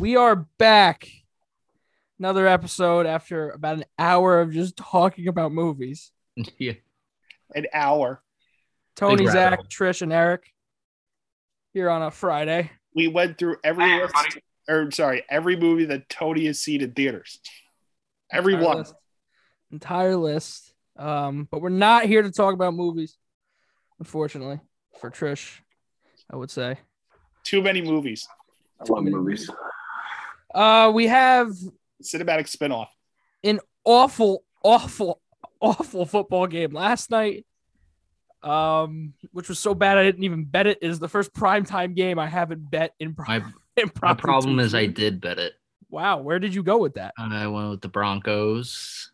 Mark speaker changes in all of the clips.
Speaker 1: We are back. Another episode after about an hour of just talking about movies.
Speaker 2: yeah.
Speaker 3: An hour.
Speaker 1: Tony,
Speaker 2: Big
Speaker 1: Zach,
Speaker 2: rabbit.
Speaker 1: Trish, and Eric here on a Friday.
Speaker 3: We went through every
Speaker 4: Hey,
Speaker 3: list,
Speaker 4: everybody.
Speaker 3: or sorry, every movie that Tony has seen in theaters. Every
Speaker 1: Entire
Speaker 3: one.
Speaker 1: list. Entire list. Um, but we're not here to talk about movies, unfortunately, for Trish, I would say.
Speaker 3: Too many movies.
Speaker 4: I love movies.
Speaker 1: Uh, we have
Speaker 3: Cinematic spinoff.
Speaker 1: awful, awful, awful football game last night. Um, which was so bad I didn't even bet it. it is the first primetime game I haven't bet in
Speaker 2: My
Speaker 1: prime. in
Speaker 2: my
Speaker 1: probably
Speaker 2: problem
Speaker 1: two
Speaker 2: is I
Speaker 1: years.
Speaker 2: did bet it.
Speaker 1: Wow, where did you go with that?
Speaker 2: I went with the Broncos.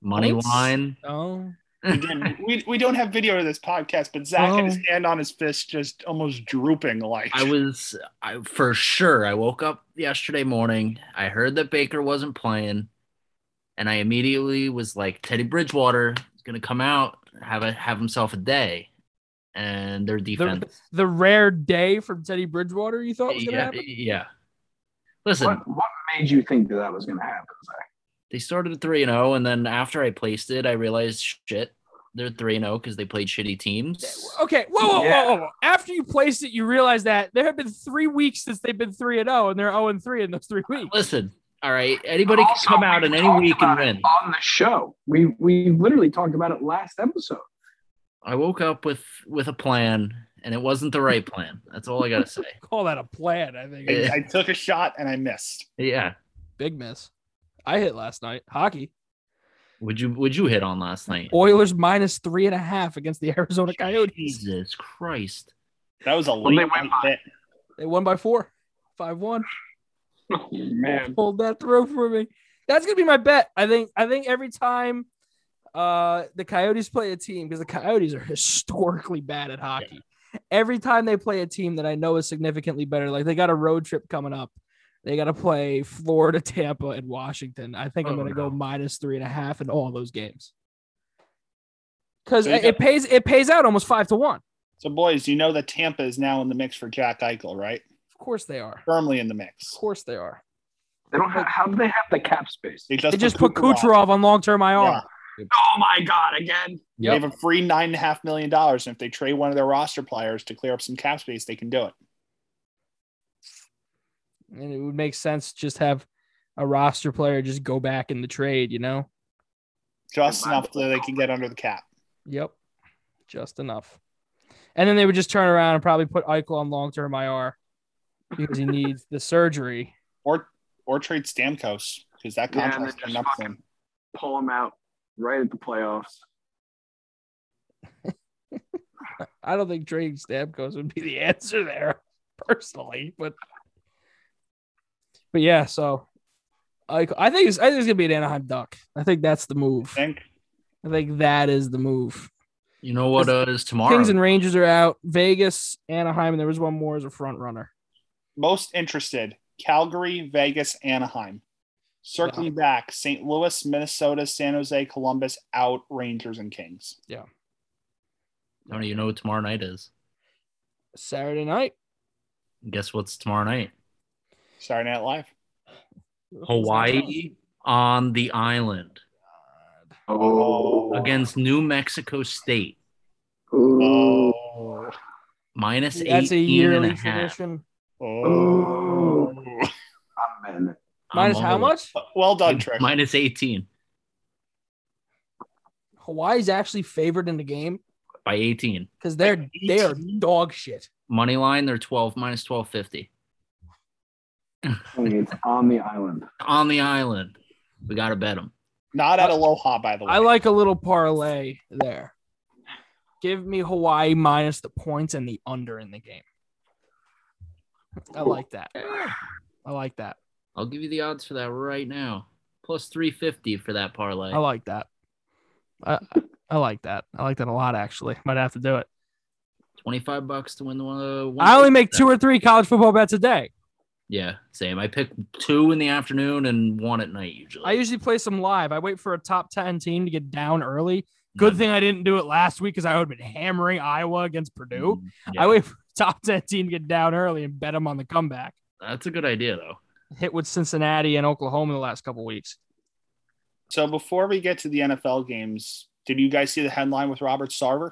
Speaker 2: Money
Speaker 1: Thanks.
Speaker 2: line.
Speaker 1: Oh,
Speaker 3: Again, we, we don't have video of this podcast, but Zach had his
Speaker 2: Oh.
Speaker 3: hand on his fist, just almost drooping like
Speaker 2: I was I for sure I woke up yesterday morning. I heard that Baker wasn't playing and I immediately was like Teddy Bridgewater is going to come out have a have himself a day and their defense
Speaker 1: the rare day from Teddy Bridgewater. You thought was gonna
Speaker 2: yeah,
Speaker 1: happen?
Speaker 2: yeah. Listen,
Speaker 4: What, what made you think that that was going to happen? Zach?
Speaker 2: they started at 3 and 0 and then after I placed it I realized shit they're 3 and 0 cuz they played shitty teams.
Speaker 1: Okay, whoa, whoa,
Speaker 4: Yeah.
Speaker 1: whoa, whoa, whoa! After you placed it, you realize that there have been three weeks since they've been three and zero, and they're zero and three in those three weeks.
Speaker 2: Listen, all right, anybody can
Speaker 4: Also,
Speaker 2: come out
Speaker 4: we
Speaker 2: in any
Speaker 4: talked
Speaker 2: week and
Speaker 4: about it
Speaker 2: win.
Speaker 4: On the show, we we literally talked about it last episode.
Speaker 2: I woke up with with a plan, and it wasn't the right plan. That's all I gotta say.
Speaker 1: Call that a plan? I think
Speaker 2: Yeah.
Speaker 3: I, I took a shot and I missed.
Speaker 2: Yeah.
Speaker 1: big miss. I hit last night hockey.
Speaker 2: Would you Would you hit on last night?
Speaker 1: Oilers minus three and a half against the Arizona Coyotes.
Speaker 2: Jesus Christ!
Speaker 3: That was a
Speaker 4: Well, they
Speaker 3: late
Speaker 4: went
Speaker 3: night hit.
Speaker 1: They won by four, five one.
Speaker 4: Oh, man,
Speaker 1: Hold that through for me. That's gonna be my bet. I think. I think every time uh, the Coyotes play a team, because the Coyotes are historically bad at hockey. Every time they play a team that I know is significantly better, like they got a road trip coming up, they got to play Florida, Tampa, and Washington. I think I'm
Speaker 2: Oh,
Speaker 1: gonna
Speaker 2: no.
Speaker 1: go minus three and a half in all those games. Because
Speaker 3: So you
Speaker 1: it, it pays it pays out almost five to one.
Speaker 3: So, boys, you know that Tampa is now in the mix for Jack Eichel, right?
Speaker 1: Of course they are.
Speaker 3: Firmly in the
Speaker 1: Of
Speaker 3: mix.
Speaker 1: course they are.
Speaker 4: they don't have. How do they have the cap space?
Speaker 3: just,
Speaker 1: They just put
Speaker 3: Kucherov.
Speaker 1: Kucherov on long term IR.
Speaker 3: Yeah.
Speaker 4: Oh my god, again.
Speaker 3: They have a free nine and a half million dollars, and if they trade one of their roster players to clear up some cap space, they can do it.
Speaker 1: and it would make sense to just have a roster player just go back in the trade, you know?
Speaker 3: Just enough that they can get under the cap.
Speaker 1: Yep. Just enough. And then they would just turn around and probably put Eichel on long term IR because he needs the surgery.
Speaker 3: Or or trade Stamkos because that
Speaker 4: Yeah, and then
Speaker 3: contract's
Speaker 4: just
Speaker 3: coming up
Speaker 4: fucking-
Speaker 3: soon.
Speaker 4: Pull them out right at the playoffs.
Speaker 1: I don't think trading Stamkos would be the answer there, personally. But but yeah, so Eichel, I think it's, I think it's gonna be an Anaheim Duck. I think that's the move.
Speaker 3: Think
Speaker 1: I think that is the move.
Speaker 2: You know what uh, is tomorrow?
Speaker 1: Kings and Rangers are out. Vegas, Anaheim, and there was one more as a front runner.
Speaker 3: most interested Calgary, Vegas, Anaheim. Circling back, St. Louis, Minnesota, San Jose, Columbus, out Rangers and Kings.
Speaker 2: Tony, you know what tomorrow night is?
Speaker 1: Saturday night.
Speaker 2: Guess what's tomorrow night?
Speaker 3: Saturday Night Live.
Speaker 2: Hawaii on the island
Speaker 4: Oh,
Speaker 2: against New Mexico State
Speaker 4: Oh,
Speaker 3: Oh.
Speaker 2: minus
Speaker 1: That's a
Speaker 2: 18 and
Speaker 1: yearly
Speaker 2: a half.
Speaker 1: tradition.
Speaker 4: Oh. I'm in. it.
Speaker 2: I'm
Speaker 1: Minus how
Speaker 2: all
Speaker 1: much?
Speaker 3: Well done,
Speaker 2: in.
Speaker 3: Trick.
Speaker 2: Minus 18
Speaker 1: Hawaii's actually favored in the game
Speaker 2: by 18.
Speaker 1: because they're they are dog shit.
Speaker 2: Money line, they're 12 minus 1250
Speaker 4: It's on the island.
Speaker 2: on the island. We gotta bet them.
Speaker 3: Not at Aloha, by the way.
Speaker 1: I like a little parlay there. Give me Hawaii minus the points and the under in the game. I like that. I like that.
Speaker 2: I'll give you the odds for that right now. Plus 350 for that parlay.
Speaker 1: I like that. I I like that. I like that a lot actually. Might have to do it.
Speaker 2: 25 bucks to win the one. Uh, one
Speaker 1: I only make two or three college football bets a day.
Speaker 2: Yeah, same. I pick two in the afternoon and one at night usually.
Speaker 1: I usually play some live. I wait for a top 10 team to get down early. Good thing I didn't do it last week because I would have been hammering Iowa against Purdue.
Speaker 2: Yeah.
Speaker 1: I wait for a top 10 team to get down early and bet them on the comeback.
Speaker 2: That's a good idea though.
Speaker 1: Hit with Cincinnati and Oklahoma the last couple weeks.
Speaker 3: So before we get to the NFL games, did you guys see the headline with Robert Sarver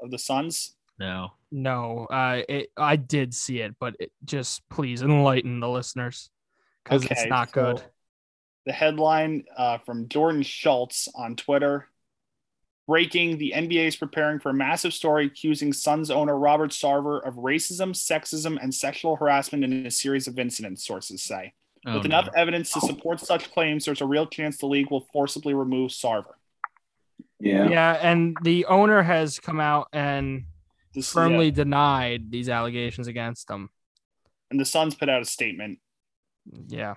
Speaker 3: of the Suns?
Speaker 2: No.
Speaker 1: No, uh, it, I did see it, but it, just please enlighten the listeners because it's
Speaker 3: Okay,
Speaker 1: not
Speaker 3: so
Speaker 1: good.
Speaker 3: The headline uh, from Jordan Schultz on Twitter breaking the NBA is preparing for a massive story accusing Suns owner Robert Sarver of racism, sexism, and sexual harassment in a series of incidents, sources say.
Speaker 2: Oh,
Speaker 3: With
Speaker 2: no.
Speaker 3: enough evidence to support such claims, there's a real chance the league will forcibly remove Sarver.
Speaker 1: Yeah.
Speaker 4: Yeah.
Speaker 1: and the owner has come out and
Speaker 3: This,
Speaker 1: firmly denied these allegations against him.
Speaker 3: And the Suns put out a statement.
Speaker 1: Yeah,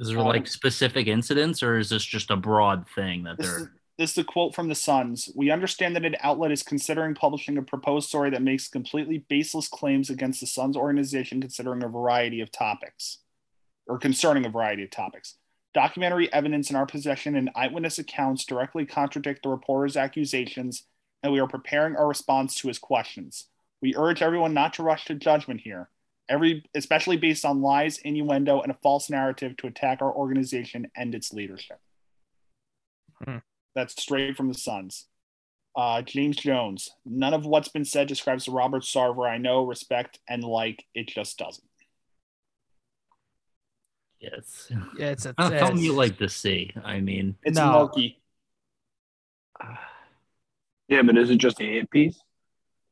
Speaker 2: Is there like specific incidents, or is this just a broad thing that
Speaker 3: This is,
Speaker 2: they're?
Speaker 3: this is the quote from the Suns. We understand that an outlet is considering publishing a proposed story that makes completely baseless claims against the Suns organization considering a variety of topics or concerning a variety of topics. Documentary evidence in our possession and eyewitness accounts directly contradict the reporter's accusations, and we are preparing our response to his questions. We urge everyone not to rush to judgment here, every especially based on lies, innuendo, and a false narrative to attack our organization and its leadership.
Speaker 1: Hmm.
Speaker 3: That's straight from the Suns. Uh, James Jones. None of what's been said describes the Robert Sarver I know, respect, and like. It just doesn't.
Speaker 2: Yes.
Speaker 1: yeah, it's a.
Speaker 2: Something
Speaker 1: it's-
Speaker 2: you like to see. I mean,
Speaker 3: It's
Speaker 1: No.
Speaker 3: murky.
Speaker 4: Yeah, but is it just a hit piece?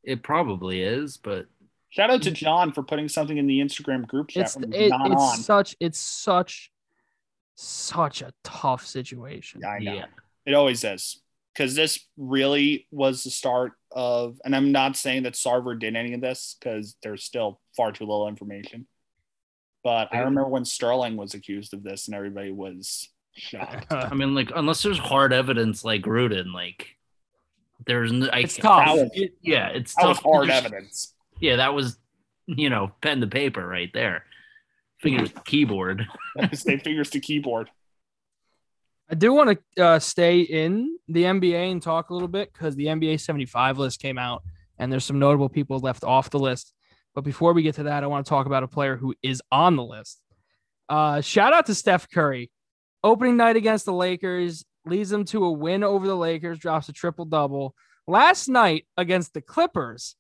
Speaker 2: it probably is, but
Speaker 3: Shout out to John for putting something in the Instagram group chat.
Speaker 1: It's
Speaker 3: from
Speaker 1: it,
Speaker 3: John on.
Speaker 1: it's such it's such such a tough situation.
Speaker 3: I know.
Speaker 2: yeah.
Speaker 3: It always is. Because this really was the start of, and I'm not saying that Sarver did any of this because there's still far too little information. But I remember when Sterling was accused of this and everybody was shocked.
Speaker 2: I mean, like unless there's hard evidence like Rudin, like there's no, I,
Speaker 1: it's tough.
Speaker 3: that was-
Speaker 1: It-
Speaker 2: yeah, it's
Speaker 3: That was
Speaker 2: tough. to
Speaker 3: hard
Speaker 2: just-
Speaker 3: evidence.
Speaker 2: Yeah, that was you know pen to paper right there. Fingers to keyboard.
Speaker 3: Say fingers to keyboard.
Speaker 1: I do want to uh, stay in the NBA and talk a little bit because the NBA 75 list came out and there's some notable people left off the list. But before we get to that, I want to talk about a player who is on the list. Uh, shout out to Steph Curry. Opening night against the Lakers leads them to a win over the Lakers, drops a triple double. Last night against the Clippers,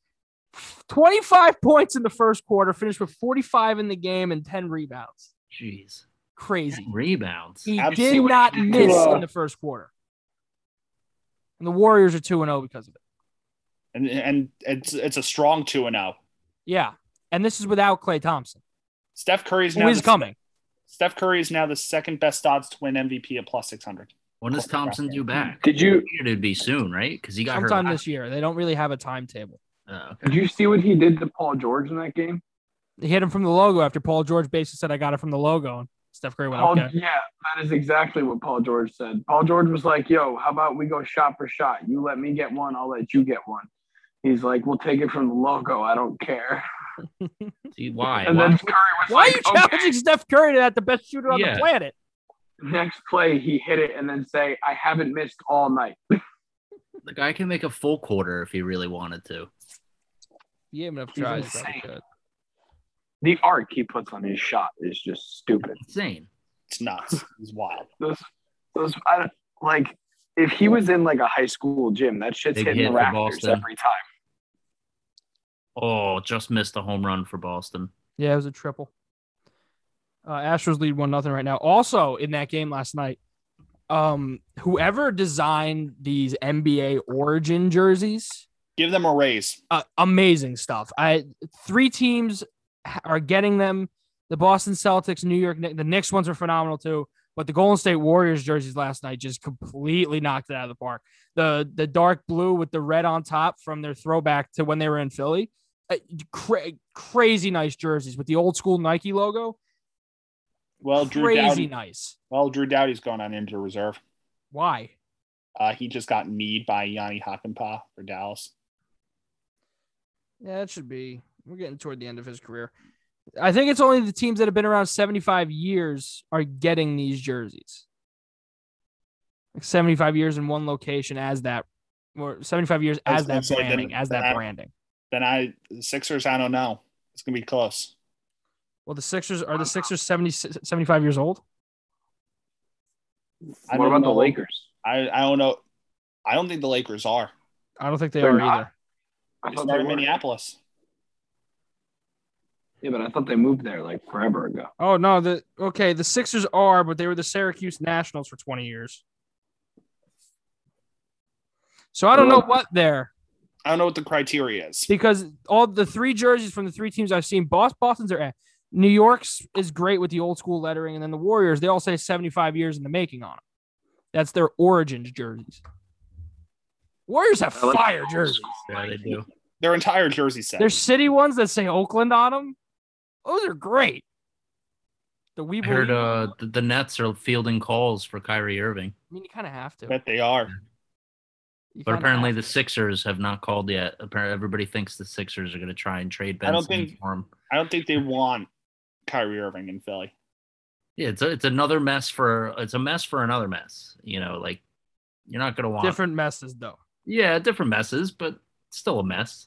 Speaker 1: 25 points in the first quarter, finished with 45 in the game and 10 rebounds.
Speaker 2: Jeez,
Speaker 1: Crazy.
Speaker 2: rebounds.
Speaker 1: He did
Speaker 3: Absolutely.
Speaker 1: not miss
Speaker 4: Yeah.
Speaker 1: in the first quarter. And the Warriors are 2 and 0 because of it.
Speaker 3: And and it's it's a strong 2 and oh. 0.
Speaker 1: Yeah. And this is without Clay Thompson,
Speaker 3: Steph Curry's
Speaker 1: who
Speaker 3: now
Speaker 1: is
Speaker 3: the-
Speaker 1: coming.
Speaker 3: Steph Curry is now the second best odds to win MVP at plus 600.
Speaker 2: When does Thompson due back?
Speaker 4: Did you
Speaker 2: It'd be soon, right? Because he got hurt.
Speaker 1: Sometime
Speaker 2: last-
Speaker 1: this year. They don't really have a timetable.
Speaker 2: Oh, okay.
Speaker 4: did you see what he did to Paul George in that game?
Speaker 1: They hit him from the logo after Paul George basically said, I got it from the logo. And Steph Curry went,
Speaker 4: Paul,
Speaker 1: okay.
Speaker 4: Yeah, that is exactly what Paul George said. Paul George was like, "Yo, how about we go shot for shot? You let me get one, I'll let you get one." He's like, "We'll take it from the logo. I don't care."
Speaker 2: See why?
Speaker 4: And
Speaker 2: Why-
Speaker 4: then Curry was
Speaker 1: Why are you
Speaker 4: like, "Oh," "Okay."
Speaker 1: challenging Steph Curry to that, the best shooter on
Speaker 2: Yeah.
Speaker 1: the planet?
Speaker 4: Next play, he hit it and then say, "I haven't missed all night."
Speaker 2: the guy can make a full quarter if he really wanted to.
Speaker 1: Yeah, enough
Speaker 4: He's
Speaker 1: tries.
Speaker 4: insane.
Speaker 1: probably could.
Speaker 4: The arc he puts on his shot is just stupid.
Speaker 2: Insane.
Speaker 3: It's nuts. It's wild.
Speaker 4: Those, those, I don't, like, if he was in like a high school gym, that shit's
Speaker 2: Big
Speaker 4: hitting
Speaker 2: hit
Speaker 4: the
Speaker 2: for
Speaker 4: rafters
Speaker 2: Boston.
Speaker 4: every time.
Speaker 2: Oh, just missed a home run for Boston.
Speaker 1: Yeah, it was a triple. Uh, Astros lead one nothing right now. Also in that game last night, um, whoever designed these NBA origin jerseys,
Speaker 3: Give them a raise.
Speaker 1: uh, amazing stuff. I three teams ha- are getting them: the Boston Celtics, New York, Knick- the Knicks ones are phenomenal too. But the Golden State Warriors jerseys last night just completely knocked it out of the park. The the dark blue with the red on top from their throwback to when they were in Philly, uh, cra- crazy nice jerseys with the old school Nike logo.
Speaker 3: Well, Drew Dowdy.
Speaker 1: crazy nice.
Speaker 3: Well, Drew Dowdy's going on injured reserve.
Speaker 1: Why?
Speaker 3: Uh, he just got kneed by Yanni Hockenpah for Dallas.
Speaker 1: Yeah, it should be. We're getting toward the end of his career. I think it's only the teams that have been around 75 years are getting these jerseys. Like 75 years in one location as that, or 75 years
Speaker 3: I was
Speaker 1: as
Speaker 3: gonna
Speaker 1: that
Speaker 3: say, then-
Speaker 1: branding, as
Speaker 3: then
Speaker 1: that
Speaker 3: I-
Speaker 1: branding.
Speaker 3: Then I Sixers, I don't know. It's gonna be close.
Speaker 1: Well, the Sixers are the Sixers 70, 75 years old.
Speaker 3: I
Speaker 4: what
Speaker 3: don't
Speaker 4: about the
Speaker 3: know.
Speaker 4: Lakers?
Speaker 3: I, I don't know. I don't think the Lakers are.
Speaker 1: I don't think they
Speaker 4: They're
Speaker 1: are
Speaker 4: not.
Speaker 1: either.
Speaker 4: I
Speaker 3: They
Speaker 4: thought
Speaker 3: start
Speaker 4: they
Speaker 3: in
Speaker 4: were.
Speaker 3: Minneapolis.
Speaker 4: Yeah, but I thought they moved there like forever ago.
Speaker 1: Oh no, the okay, the Sixers are, but they were the Syracuse Nationals for 20 years. So I don't know what they're
Speaker 3: I don't know what the criteria is.
Speaker 1: because all the three jerseys from the three teams I've seen, Bos- Boston's are eh. New York's is great with the old school lettering, and then the Warriors, they all say 75 years in the making on them. That's their origins jerseys. Warriors have
Speaker 4: I like-
Speaker 1: fire jerseys.
Speaker 2: Yeah, they do.
Speaker 3: Their entire jersey set.
Speaker 1: There's city ones that say Oakland on them. Those are great. The we
Speaker 2: I heard
Speaker 1: Believe-
Speaker 2: uh, the, the Nets are fielding calls for Kyrie Irving,
Speaker 1: I mean, you kind of have to.
Speaker 3: Bet they are.
Speaker 1: You
Speaker 2: but
Speaker 1: kinda
Speaker 2: apparently
Speaker 1: have
Speaker 2: the
Speaker 1: to.
Speaker 2: Sixers have not called yet. Apparently, everybody thinks the Sixers are going to try and trade Ben
Speaker 3: I don't
Speaker 2: Simmons
Speaker 3: think-
Speaker 2: for him.
Speaker 3: I don't think they want Kyrie Irving in Philly.
Speaker 2: Yeah, it's a, it's another mess for it's a mess for another mess. You know, like you're not going to want
Speaker 1: different messes though.
Speaker 2: Yeah, different messes, but still a mess.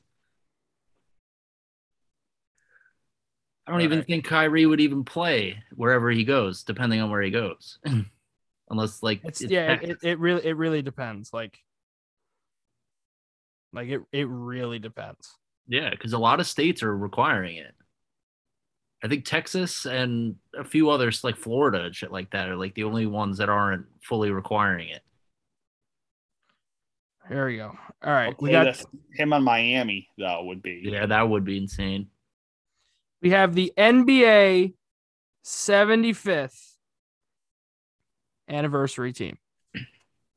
Speaker 2: I don't
Speaker 1: All
Speaker 2: even
Speaker 1: right.
Speaker 2: think Kyrie would even play wherever he goes, depending on where he goes. Unless like
Speaker 1: It's,
Speaker 2: it's
Speaker 1: yeah,
Speaker 2: Tex-
Speaker 1: it, it really it really depends. Like, like it it really depends.
Speaker 2: yeah, because a lot of states are requiring it. I think Texas and a few others like Florida and shit like that are like the only ones that aren't fully requiring it.
Speaker 1: Here we go. All right, we
Speaker 3: Hopefully
Speaker 1: got
Speaker 3: this- him on Miami though would be.
Speaker 2: Yeah, that would be insane.
Speaker 1: we have the NBA 75th anniversary team.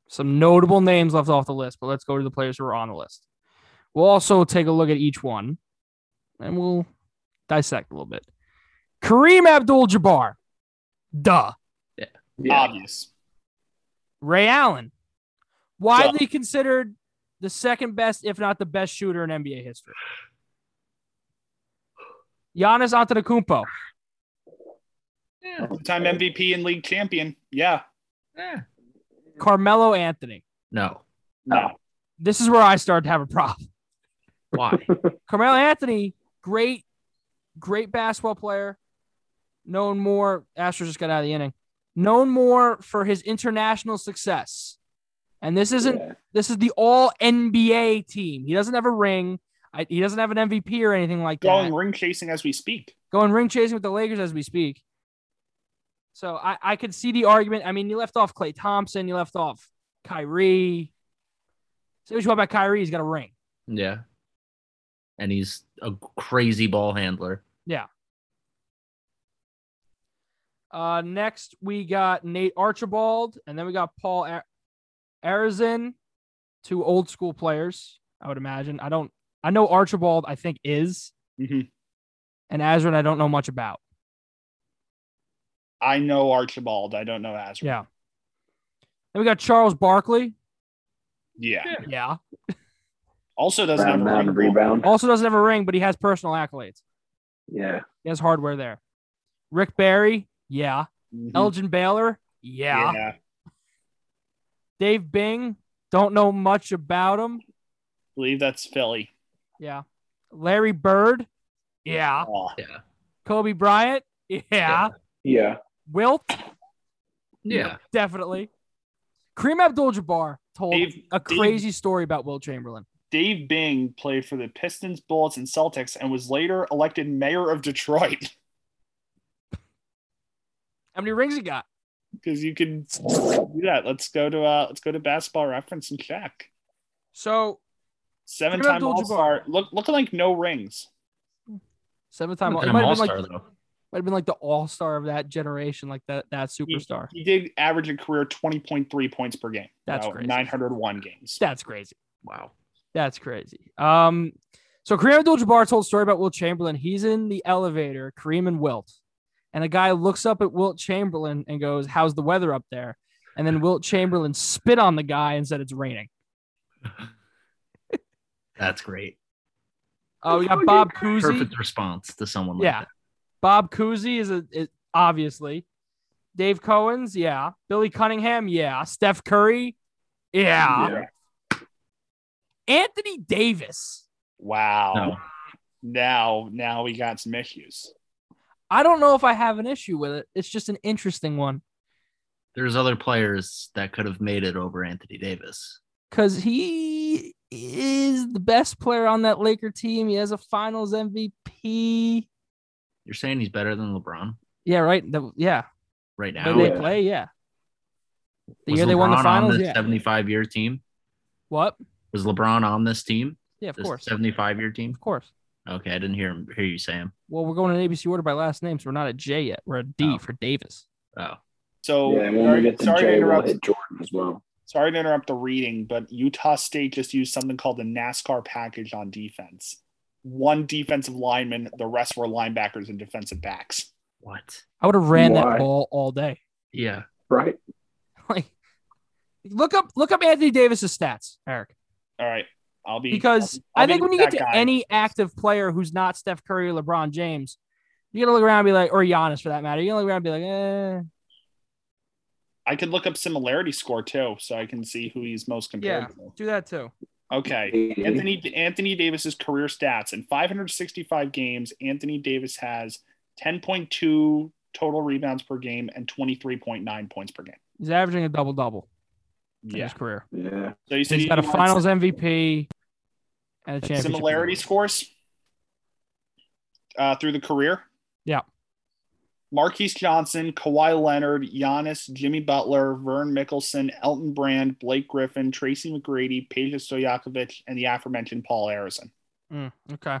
Speaker 1: Some notable names left off the list, but let's go to the players who are on the list. We'll also take a look at each one and we'll dissect a little bit. Kareem Abdul Jabbar. Duh.
Speaker 3: Obvious.
Speaker 1: Ray Allen, widely considered the second best, if not the best shooter in NBA history. Giannis Antetokounmpo,
Speaker 2: Yeah,
Speaker 3: Time MVP and league champion. Yeah.
Speaker 2: yeah.
Speaker 1: Carmelo Anthony.
Speaker 2: No.
Speaker 3: No.
Speaker 1: This is where I start to have a problem.
Speaker 2: Why?
Speaker 1: Carmelo Anthony, great, great basketball player. Known more, Astros just got out of the inning. Known more for his international success. And this isn't
Speaker 4: Yeah.
Speaker 1: this is the all NBA team. He doesn't have a ring. I, he doesn't have an MVP or anything like that.
Speaker 3: Going ring chasing as we speak.
Speaker 1: going ring chasing with the Lakers as we speak. So I, I could see the argument. I mean, you left off Clay Thompson, you left off Kyrie. Say what you want about Kyrie, he's got a ring.
Speaker 2: Yeah. And he's a crazy ball handler.
Speaker 1: Uh, next we got Nate Archibald, and then we got Paul Ar- Arizin, two old school players. I would imagine. I don't. I know Archibald. I think is
Speaker 3: Mhm.
Speaker 1: Mm-hmm. and Azarin. I don't know much about.
Speaker 3: I know Archibald. I don't know Azra.
Speaker 1: Yeah. Then we got Charles Barkley.
Speaker 3: Yeah.
Speaker 1: Yeah.
Speaker 3: Also doesn't have
Speaker 4: Brown
Speaker 3: a
Speaker 4: mound
Speaker 3: ring.
Speaker 4: rebound.
Speaker 1: Also doesn't have a ring, but he has personal accolades.
Speaker 4: Yeah.
Speaker 1: He has hardware there. Rick Barry, yeah.
Speaker 3: Mhm.
Speaker 1: Elgin Baylor, Oh, yeah.
Speaker 3: yeah.
Speaker 1: Dave Bing, don't know much about him.
Speaker 3: believe that's Philly.
Speaker 1: Yeah. Larry Bird, yeah.
Speaker 3: Oh,
Speaker 1: Kobe Bryant, yeah.
Speaker 2: Yeah.
Speaker 4: Yeah.
Speaker 1: Wilt,
Speaker 2: Yeah.
Speaker 1: definitely. Kareem Abdul-Jabbar told
Speaker 3: Dave-
Speaker 1: a
Speaker 3: Dave-
Speaker 1: crazy story about Will Chamberlain.
Speaker 3: Dave Bing played for the Pistons, Bullets, and Celtics and was later elected mayor of Detroit
Speaker 1: How many rings he got?
Speaker 3: because you can do that. Let's go to uh, let's go to basketball reference and check.
Speaker 1: So
Speaker 3: Seven
Speaker 1: Kareem
Speaker 3: time All
Speaker 1: Abdul-Jabbar.
Speaker 3: Star. Look, looking like no rings.
Speaker 1: seven time
Speaker 2: Time,
Speaker 1: all, it
Speaker 2: time
Speaker 1: might have
Speaker 2: all
Speaker 1: been like
Speaker 2: star
Speaker 1: might
Speaker 2: though.
Speaker 1: have been like the all star of that generation, like that that superstar.
Speaker 3: He did average a career twenty point three points per game.
Speaker 1: That's crazy.
Speaker 3: Nine hundred one games.
Speaker 1: That's crazy.
Speaker 2: Wow.
Speaker 1: That's crazy. Um, so Kareem Abdul-Jabbar told a story about Will Chamberlain. He's in the elevator, Kareem and Wilt, and a guy looks up at Wilt Chamberlain and goes, "How's the weather up there?" And then Wilt Chamberlain spit on the guy and said, "It's raining."
Speaker 2: That's great.
Speaker 1: Uh, we got
Speaker 4: Fucking
Speaker 1: Bob Cousy.
Speaker 2: Perfect response to someone like
Speaker 1: Yeah,
Speaker 2: that.
Speaker 1: Bob Cousy is a is obviously. Dave Cohen's, yeah. Billy Cunningham, yeah. Steph Curry, yeah.
Speaker 4: Yeah.
Speaker 1: Anthony Davis.
Speaker 3: Wow.
Speaker 2: No.
Speaker 3: Now, now we got some issues.
Speaker 1: I don't know if I have an issue with it. It's just an interesting one
Speaker 2: There's other players that could have made it over Anthony Davis.
Speaker 1: because he is the best player on that Laker team. He has a Finals MVP.
Speaker 2: You're saying he's better than LeBron
Speaker 1: Yeah, right. The- yeah,
Speaker 2: right now?
Speaker 1: when they
Speaker 4: Oh, yeah.
Speaker 1: play. Yeah, the
Speaker 2: Was
Speaker 1: year they won the
Speaker 2: LeBron on
Speaker 1: finals.
Speaker 2: this
Speaker 1: Yeah.
Speaker 2: 75 year team.
Speaker 1: What?
Speaker 2: Was LeBron on this team?
Speaker 1: Yeah, of
Speaker 2: This
Speaker 1: course,
Speaker 2: 75 year team.
Speaker 1: of course.
Speaker 2: Okay, I didn't hear him, hear you say him.
Speaker 1: Well, we're going in ABC order by last name, so we're not at J yet. We're at D
Speaker 2: Oh.
Speaker 1: for Davis.
Speaker 2: Oh,
Speaker 3: So
Speaker 4: yeah, and when
Speaker 3: sorry,
Speaker 4: we get to
Speaker 3: sorry to
Speaker 4: Jay, we'll
Speaker 3: interrupt.
Speaker 4: hit Jordan as well.
Speaker 3: Sorry to interrupt the reading, but Utah State just used something called the NASCAR package on defense. One defensive lineman, the rest were linebackers and defensive backs.
Speaker 2: what?
Speaker 1: I would have ran
Speaker 4: Why?
Speaker 1: that ball all day.
Speaker 2: Yeah.
Speaker 4: Right.
Speaker 1: Like, look up look up Anthony Davis's stats, Eric,
Speaker 3: All right, I'll be
Speaker 1: because
Speaker 3: I'll
Speaker 1: I
Speaker 3: be
Speaker 1: think when you get
Speaker 3: that
Speaker 1: to
Speaker 3: guy.
Speaker 1: any active player who's not Steph Curry or LeBron James, you gotta look around and be like, or Giannis for that matter. You gotta look around and be like, eh.
Speaker 3: I could look up similarity score too, so I can see who he's most compared to.
Speaker 1: Do that too.
Speaker 3: Okay, Anthony Anthony Davis's career stats in 565 games, Anthony Davis has 10.2 total rebounds per game and 23.9 points per game.
Speaker 1: He's averaging a double double in
Speaker 3: Yeah.
Speaker 1: his career.
Speaker 4: Yeah.
Speaker 3: So you said
Speaker 1: He's
Speaker 3: you
Speaker 1: got a
Speaker 3: want
Speaker 1: Finals MVP and a championship.
Speaker 3: similarity scores uh, through the career.
Speaker 1: Yeah.
Speaker 3: Marquise Johnson, Kawhi Leonard, Giannis, Jimmy Butler, Vern Mickelson, Elton Brand, Blake Griffin, Tracy McGrady, Peja Stojakovic, and the aforementioned Paul Arison.
Speaker 1: Mm, okay.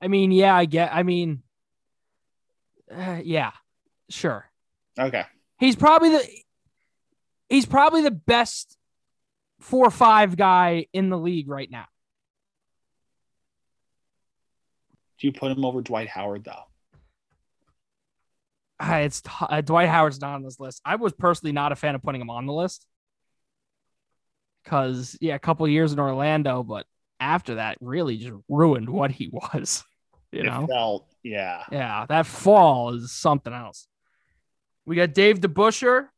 Speaker 1: I mean, yeah, I get. I mean, uh, yeah, sure.
Speaker 3: Okay.
Speaker 1: He's probably the he's probably the best four or five guy in the league right now.
Speaker 3: Do you put him over Dwight Howard, though?
Speaker 1: Uh, it's t- uh, Dwight Howard's not on this list. I was personally not a fan of putting him on the list because yeah, a couple years in Orlando, but after that, really just ruined what he was. You
Speaker 3: It
Speaker 1: know,
Speaker 3: felt, yeah.
Speaker 1: Yeah, that fall is something else. We got Dave DeBuscher,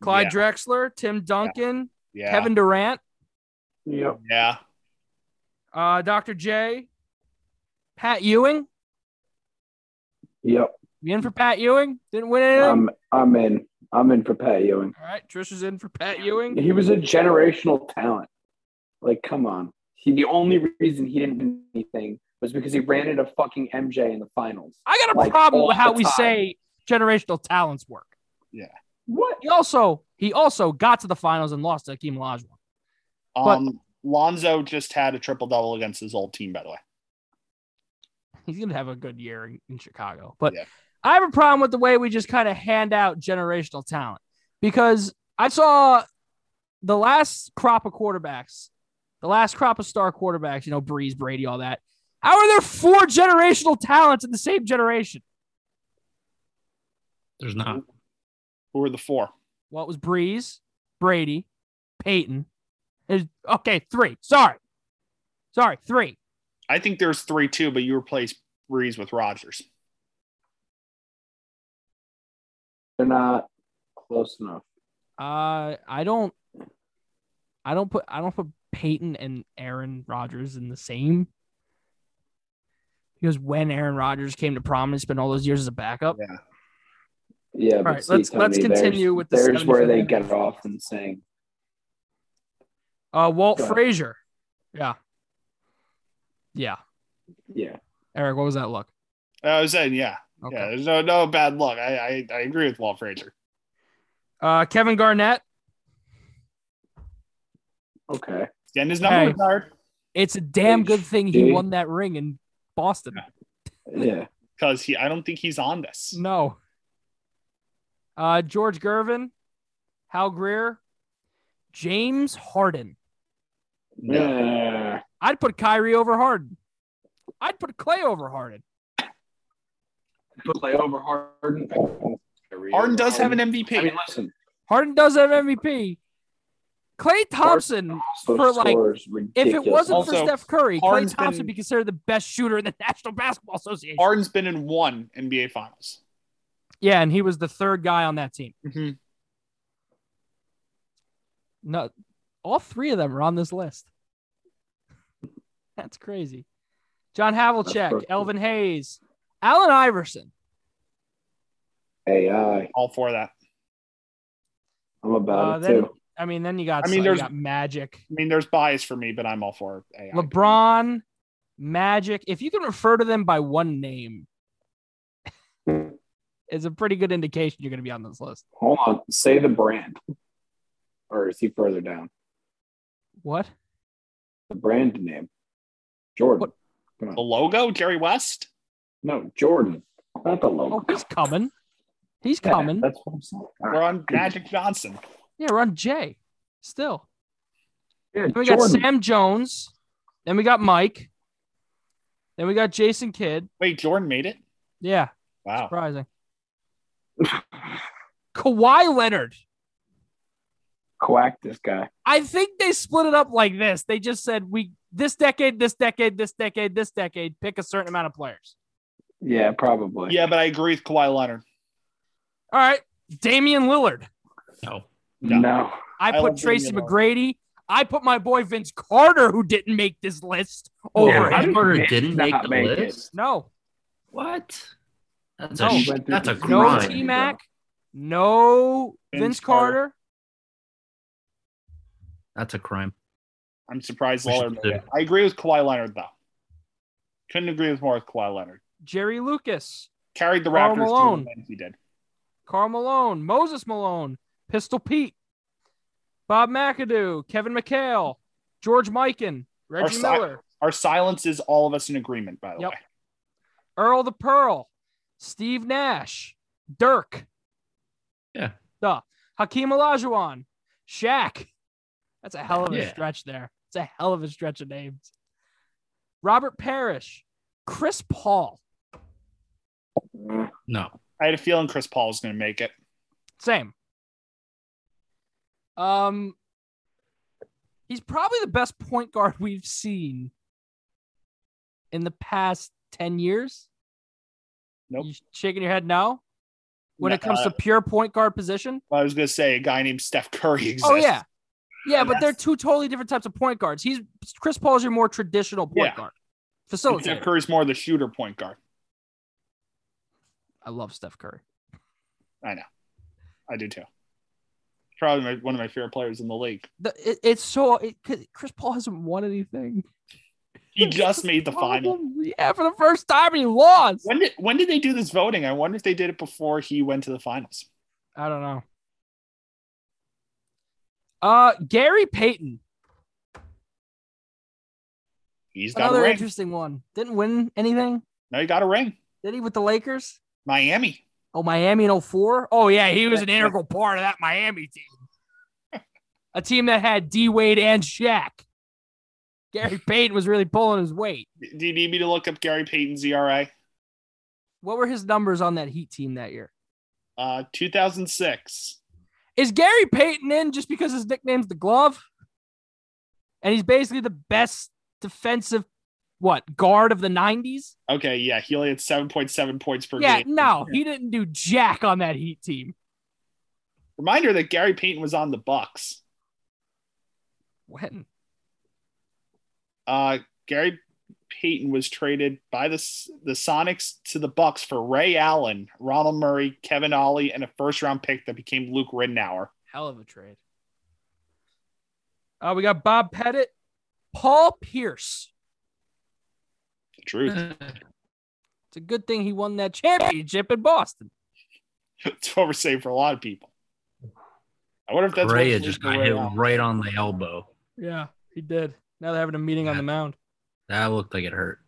Speaker 1: Clyde
Speaker 3: yeah.
Speaker 1: Drexler, Tim Duncan,
Speaker 3: yeah.
Speaker 1: Kevin Durant,
Speaker 4: Yep.
Speaker 3: Yeah.
Speaker 1: uh, Dr. J, Pat Ewing.
Speaker 4: Yep.
Speaker 1: You in for Pat Ewing? Didn't win anything.
Speaker 4: I'm I'm in. I'm in for Pat Ewing.
Speaker 1: All right, Trish is in for Pat Ewing.
Speaker 4: He was a generational talent. Like, come on. He, the only reason he didn't do anything was because he ran into fucking MJ in the finals.
Speaker 1: I got a
Speaker 4: Like,
Speaker 1: problem
Speaker 4: all
Speaker 1: with how
Speaker 4: the
Speaker 1: we
Speaker 4: time.
Speaker 1: say generational talents work.
Speaker 4: What?
Speaker 1: He also he also got to the finals and lost to Hakeem Olajuwon. But-
Speaker 3: Um, Lonzo just had a triple double against his old team, by the way.
Speaker 1: he's gonna have a good year in, in Chicago. But
Speaker 3: Yeah.
Speaker 1: I have a problem with the way we just kind of hand out generational talent because I saw the last crop of quarterbacks, the last crop of star quarterbacks, you know, Breeze, Brady, all that. How are there four generational talents in the same generation?
Speaker 2: There's not.
Speaker 3: Who were the four?
Speaker 1: Well, it was Breeze, Brady, Peyton. There's- okay, three. Sorry. Sorry, three.
Speaker 3: I think there's three, too, but you replaced Breeze with Rogers.
Speaker 4: They're not close enough.
Speaker 1: Uh, I don't, I don't put, I don't put Peyton and Aaron Rodgers in the same. Because when Aaron Rodgers came to prominence, spent all those years as a backup.
Speaker 3: Yeah.
Speaker 4: Yeah.
Speaker 1: All right, let's let's continue with the
Speaker 4: There's, there's where they
Speaker 1: 75.
Speaker 4: get off and saying,
Speaker 1: Uh, Walt
Speaker 4: Go ahead.
Speaker 1: Frazier. Yeah. Yeah.
Speaker 4: yeah.
Speaker 1: Eric, what was that look?
Speaker 3: Uh, I was saying, yeah. Yeah,
Speaker 1: Okay.
Speaker 3: there's no no bad luck. I I, I agree with Walt Frazier.
Speaker 1: Uh, Kevin Garnett.
Speaker 4: Okay.
Speaker 3: And his number
Speaker 1: Hey.
Speaker 3: retired
Speaker 1: It's a damn good thing he
Speaker 4: HG.
Speaker 1: won that ring in Boston.
Speaker 4: Yeah.
Speaker 3: because he I don't think he's on this.
Speaker 1: No. Uh, George Gervin, Hal Greer, James Harden.
Speaker 4: Yeah.
Speaker 1: I'd put Kyrie over Harden. I'd put Clay over Harden.
Speaker 4: Play over Harden.
Speaker 3: Harden does have an MVP.
Speaker 4: I mean, listen,
Speaker 1: Harden does have MVP. Clay Thompson,
Speaker 4: those
Speaker 1: For, like,
Speaker 4: scores
Speaker 1: if it
Speaker 4: ridiculous.
Speaker 1: wasn't for
Speaker 3: Also,
Speaker 1: Steph Curry, Clay
Speaker 3: Harden's
Speaker 1: Thompson
Speaker 3: been-
Speaker 1: would be considered the best shooter in the National Basketball Association.
Speaker 3: Harden's been in one NBA Finals.
Speaker 1: yeah, and he was the third guy on that team. No, all three of them are on this list. That's crazy. John Havlicek,
Speaker 4: perfect.
Speaker 1: Elvin Hayes, Allen Iverson.
Speaker 4: AI.
Speaker 3: All for that.
Speaker 4: I'm
Speaker 1: Uh,
Speaker 4: about it
Speaker 1: then,
Speaker 4: too.
Speaker 1: I mean, then you got.
Speaker 3: I mean,
Speaker 1: you
Speaker 3: there's-
Speaker 1: got Magic.
Speaker 3: I mean, there's bias for me, but I'm all for AI.
Speaker 1: LeBron, Magic. If you can refer to them by one name, it's a pretty good indication you're going to be on this list.
Speaker 4: Hold on. Say the brand. Or is he further down?
Speaker 1: What?
Speaker 4: The brand name. Jordan.
Speaker 1: What?
Speaker 4: Come on.
Speaker 3: The logo, Jerry West.
Speaker 4: No, Jordan. Not the
Speaker 1: Oh,
Speaker 4: logo.
Speaker 1: he's coming. He's
Speaker 4: Yeah,
Speaker 1: coming.
Speaker 4: That's what I'm saying. All
Speaker 3: We're
Speaker 4: right.
Speaker 3: on Magic Johnson.
Speaker 1: Yeah, we're on Jay. Still.
Speaker 4: Yeah,
Speaker 1: Then we got
Speaker 4: Jordan.
Speaker 1: Sam Jones. Then we got Mike. Then we got Jason Kidd.
Speaker 3: Wait, Jordan made it.
Speaker 1: Yeah,
Speaker 3: Wow.
Speaker 1: surprising. Kawhi Leonard.
Speaker 4: Quack this guy.
Speaker 1: I think they split it up like this. They just said we this decade, this decade, this decade, this decade, pick a certain amount of players.
Speaker 4: Yeah, probably.
Speaker 3: Yeah, but I agree with Kawhi Leonard.
Speaker 1: All right. Damian Lillard.
Speaker 2: No.
Speaker 4: No.
Speaker 1: I
Speaker 3: I
Speaker 1: put
Speaker 3: love
Speaker 1: Tracy
Speaker 3: Damian Lillard.
Speaker 1: McGrady. I put my boy Vince Carter, who didn't make this list, over
Speaker 4: Yeah,
Speaker 1: him.
Speaker 4: I-
Speaker 2: Hamburger
Speaker 4: did
Speaker 2: didn't
Speaker 4: not
Speaker 2: make the
Speaker 4: make it.
Speaker 2: list.
Speaker 1: No,
Speaker 2: What? That's
Speaker 1: No,
Speaker 2: a sh-
Speaker 4: but
Speaker 2: that's a
Speaker 4: there's
Speaker 1: no
Speaker 4: Grind.
Speaker 1: T
Speaker 2: grind.
Speaker 1: Mac, no Vince,
Speaker 3: Vince
Speaker 1: Carter.
Speaker 3: Carter.
Speaker 2: That's a crime.
Speaker 3: I'm surprised
Speaker 2: We should
Speaker 3: Lillard
Speaker 2: do
Speaker 3: made it. I agree with Kawhi Leonard though. Couldn't agree with more with Kawhi Leonard.
Speaker 1: Jerry Lucas,
Speaker 3: Carried the
Speaker 1: Karl
Speaker 3: Raptors to
Speaker 1: Malone.
Speaker 3: the win he did.
Speaker 1: Carl Malone, Moses Malone, Pistol Pete, Bob McAdoo, Kevin McHale, George Mikan, Reggie
Speaker 3: si-
Speaker 1: Miller,
Speaker 3: Our silence is all of us in agreement, by the
Speaker 1: Yep.
Speaker 3: way.
Speaker 1: Earl the Pearl, Steve Nash, Dirk.
Speaker 2: Yeah.
Speaker 1: Duh. Hakeem Olajuwon, Shaq. That's a hell of a
Speaker 2: Yeah.
Speaker 1: stretch there. It's a hell of a stretch of names. Robert Parrish, Chris Paul.
Speaker 4: Mm,
Speaker 2: No.
Speaker 3: I had a feeling Chris Paul was going to make it.
Speaker 1: Same. Um, he's probably the best point guard we've seen in the past ten years.
Speaker 3: Nope.
Speaker 1: You shaking your head no when it
Speaker 3: No,
Speaker 1: comes
Speaker 3: uh,
Speaker 1: to pure point guard position.
Speaker 3: I was going to say a guy named Steph Curry exists.
Speaker 1: Oh yeah, yeah, but they're two totally different types of point guards. He's Chris Paul's your more traditional point
Speaker 3: Yeah.
Speaker 1: guard,
Speaker 3: And Steph
Speaker 1: facilitator.
Speaker 3: Curry's more the shooter point guard.
Speaker 1: I love Steph Curry.
Speaker 3: I do too. Probably my, one of my favorite players in the league.
Speaker 1: The, it, it's so it, 'cause Chris Paul hasn't won anything.
Speaker 3: He
Speaker 1: That's
Speaker 3: just made the final.
Speaker 1: yeah, for the first time, and he lost.
Speaker 3: When did when did they do this voting? I wonder if they did it before he went to the finals.
Speaker 1: I don't know. Uh, Gary Payton,
Speaker 3: He's got
Speaker 1: another
Speaker 3: a ring.
Speaker 1: interesting one. Didn't win anything,
Speaker 3: no, he got a ring.
Speaker 1: did he? With the Lakers?
Speaker 3: Miami.
Speaker 1: Oh, Miami in 04? Oh yeah, he was an integral part of that Miami team. A team that had D Wade and Shaq. Gary Payton was really pulling his weight.
Speaker 3: Do you need me to look up Gary Payton's E ERA?
Speaker 1: What were his numbers on that Heat team that year?
Speaker 3: Uh, 2006.
Speaker 1: Is Gary Payton in just because his nickname's the glove? And he's basically the best defensive what guard of the 90s?
Speaker 3: Okay, yeah, he only had 7.7 points per
Speaker 1: yeah,
Speaker 3: game.
Speaker 1: no, he didn't do jack on that Heat team.
Speaker 3: Reminder that Gary Payton was on the Bucks.
Speaker 1: When?
Speaker 3: Uh, Gary Payton was traded by the S- the Sonics to the Bucks for Ray Allen, Ronald Murray, Kevin Ollie, and a first round pick that became Luke Ridnour.
Speaker 1: Hell of a trade. Uh, we got Bob Pettit, Paul Pierce.
Speaker 3: The
Speaker 2: Mm.
Speaker 3: truth.
Speaker 1: It's a good thing he won that championship in Boston.
Speaker 3: That's what we're saying for a lot of people. I wonder if that's
Speaker 2: Correa
Speaker 3: what
Speaker 2: just
Speaker 3: for
Speaker 2: got
Speaker 3: Ray
Speaker 2: hit
Speaker 3: Allen.
Speaker 2: right on the elbow.
Speaker 1: Yeah, he did. Now they're having a meeting on the mound.
Speaker 2: That looked like it hurt.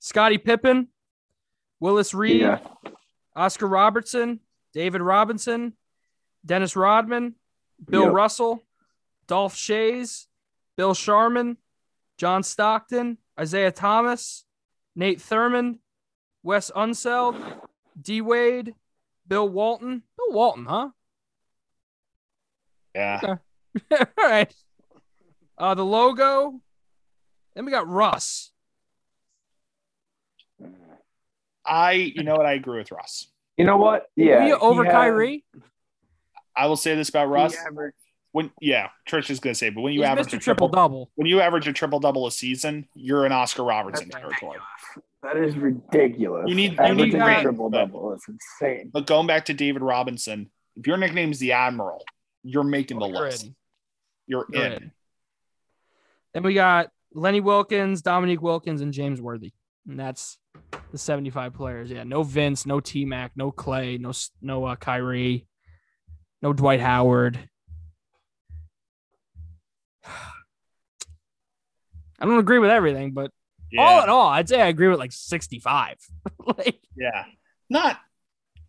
Speaker 1: Scottie Pippen, Willis Reed,
Speaker 4: Yeah.
Speaker 1: Oscar Robertson, David Robinson, Dennis Rodman, Bill
Speaker 4: Yep.
Speaker 1: Russell, Dolph Shays, Bill Sharman, John Stockton, Isaiah Thomas, Nate Thurmond, Wes Unseld, D Wade, Bill Walton. Bill Walton, huh?
Speaker 3: Yeah.
Speaker 1: All right. Uh, the logo. Then we got Russ.
Speaker 3: I, you know what? I agree with Russ.
Speaker 4: You know what?
Speaker 1: Were
Speaker 4: Yeah.
Speaker 1: you over
Speaker 4: he had-
Speaker 1: Kyrie?
Speaker 3: I will say this about Russ.
Speaker 4: He averaged
Speaker 3: when yeah, Trish is gonna say, but when
Speaker 1: He's
Speaker 3: you average
Speaker 1: Mr.
Speaker 3: a
Speaker 1: Triple
Speaker 3: triple
Speaker 1: Double.
Speaker 3: when you average a triple double a season, you're in Oscar Robertson
Speaker 1: That's
Speaker 3: territory.
Speaker 4: That is ridiculous.
Speaker 3: You need- you
Speaker 4: Averaging
Speaker 1: need that.
Speaker 4: triple double. It's insane.
Speaker 3: But going back to David Robinson, if your nickname is the Admiral, you're making the
Speaker 1: You're
Speaker 3: list.
Speaker 1: in.
Speaker 3: You're
Speaker 1: You're
Speaker 3: in.
Speaker 1: in. Then we got Lenny Wilkins, Dominique Wilkins, and James Worthy. And that's the 75 players. Yeah, no Vince, no T Mac, no Clay, no S- no uh, Kyrie, no Dwight Howard. I don't agree with everything, but
Speaker 3: Yeah.
Speaker 1: all in all, I'd say I agree with like 65. like,
Speaker 3: yeah. Not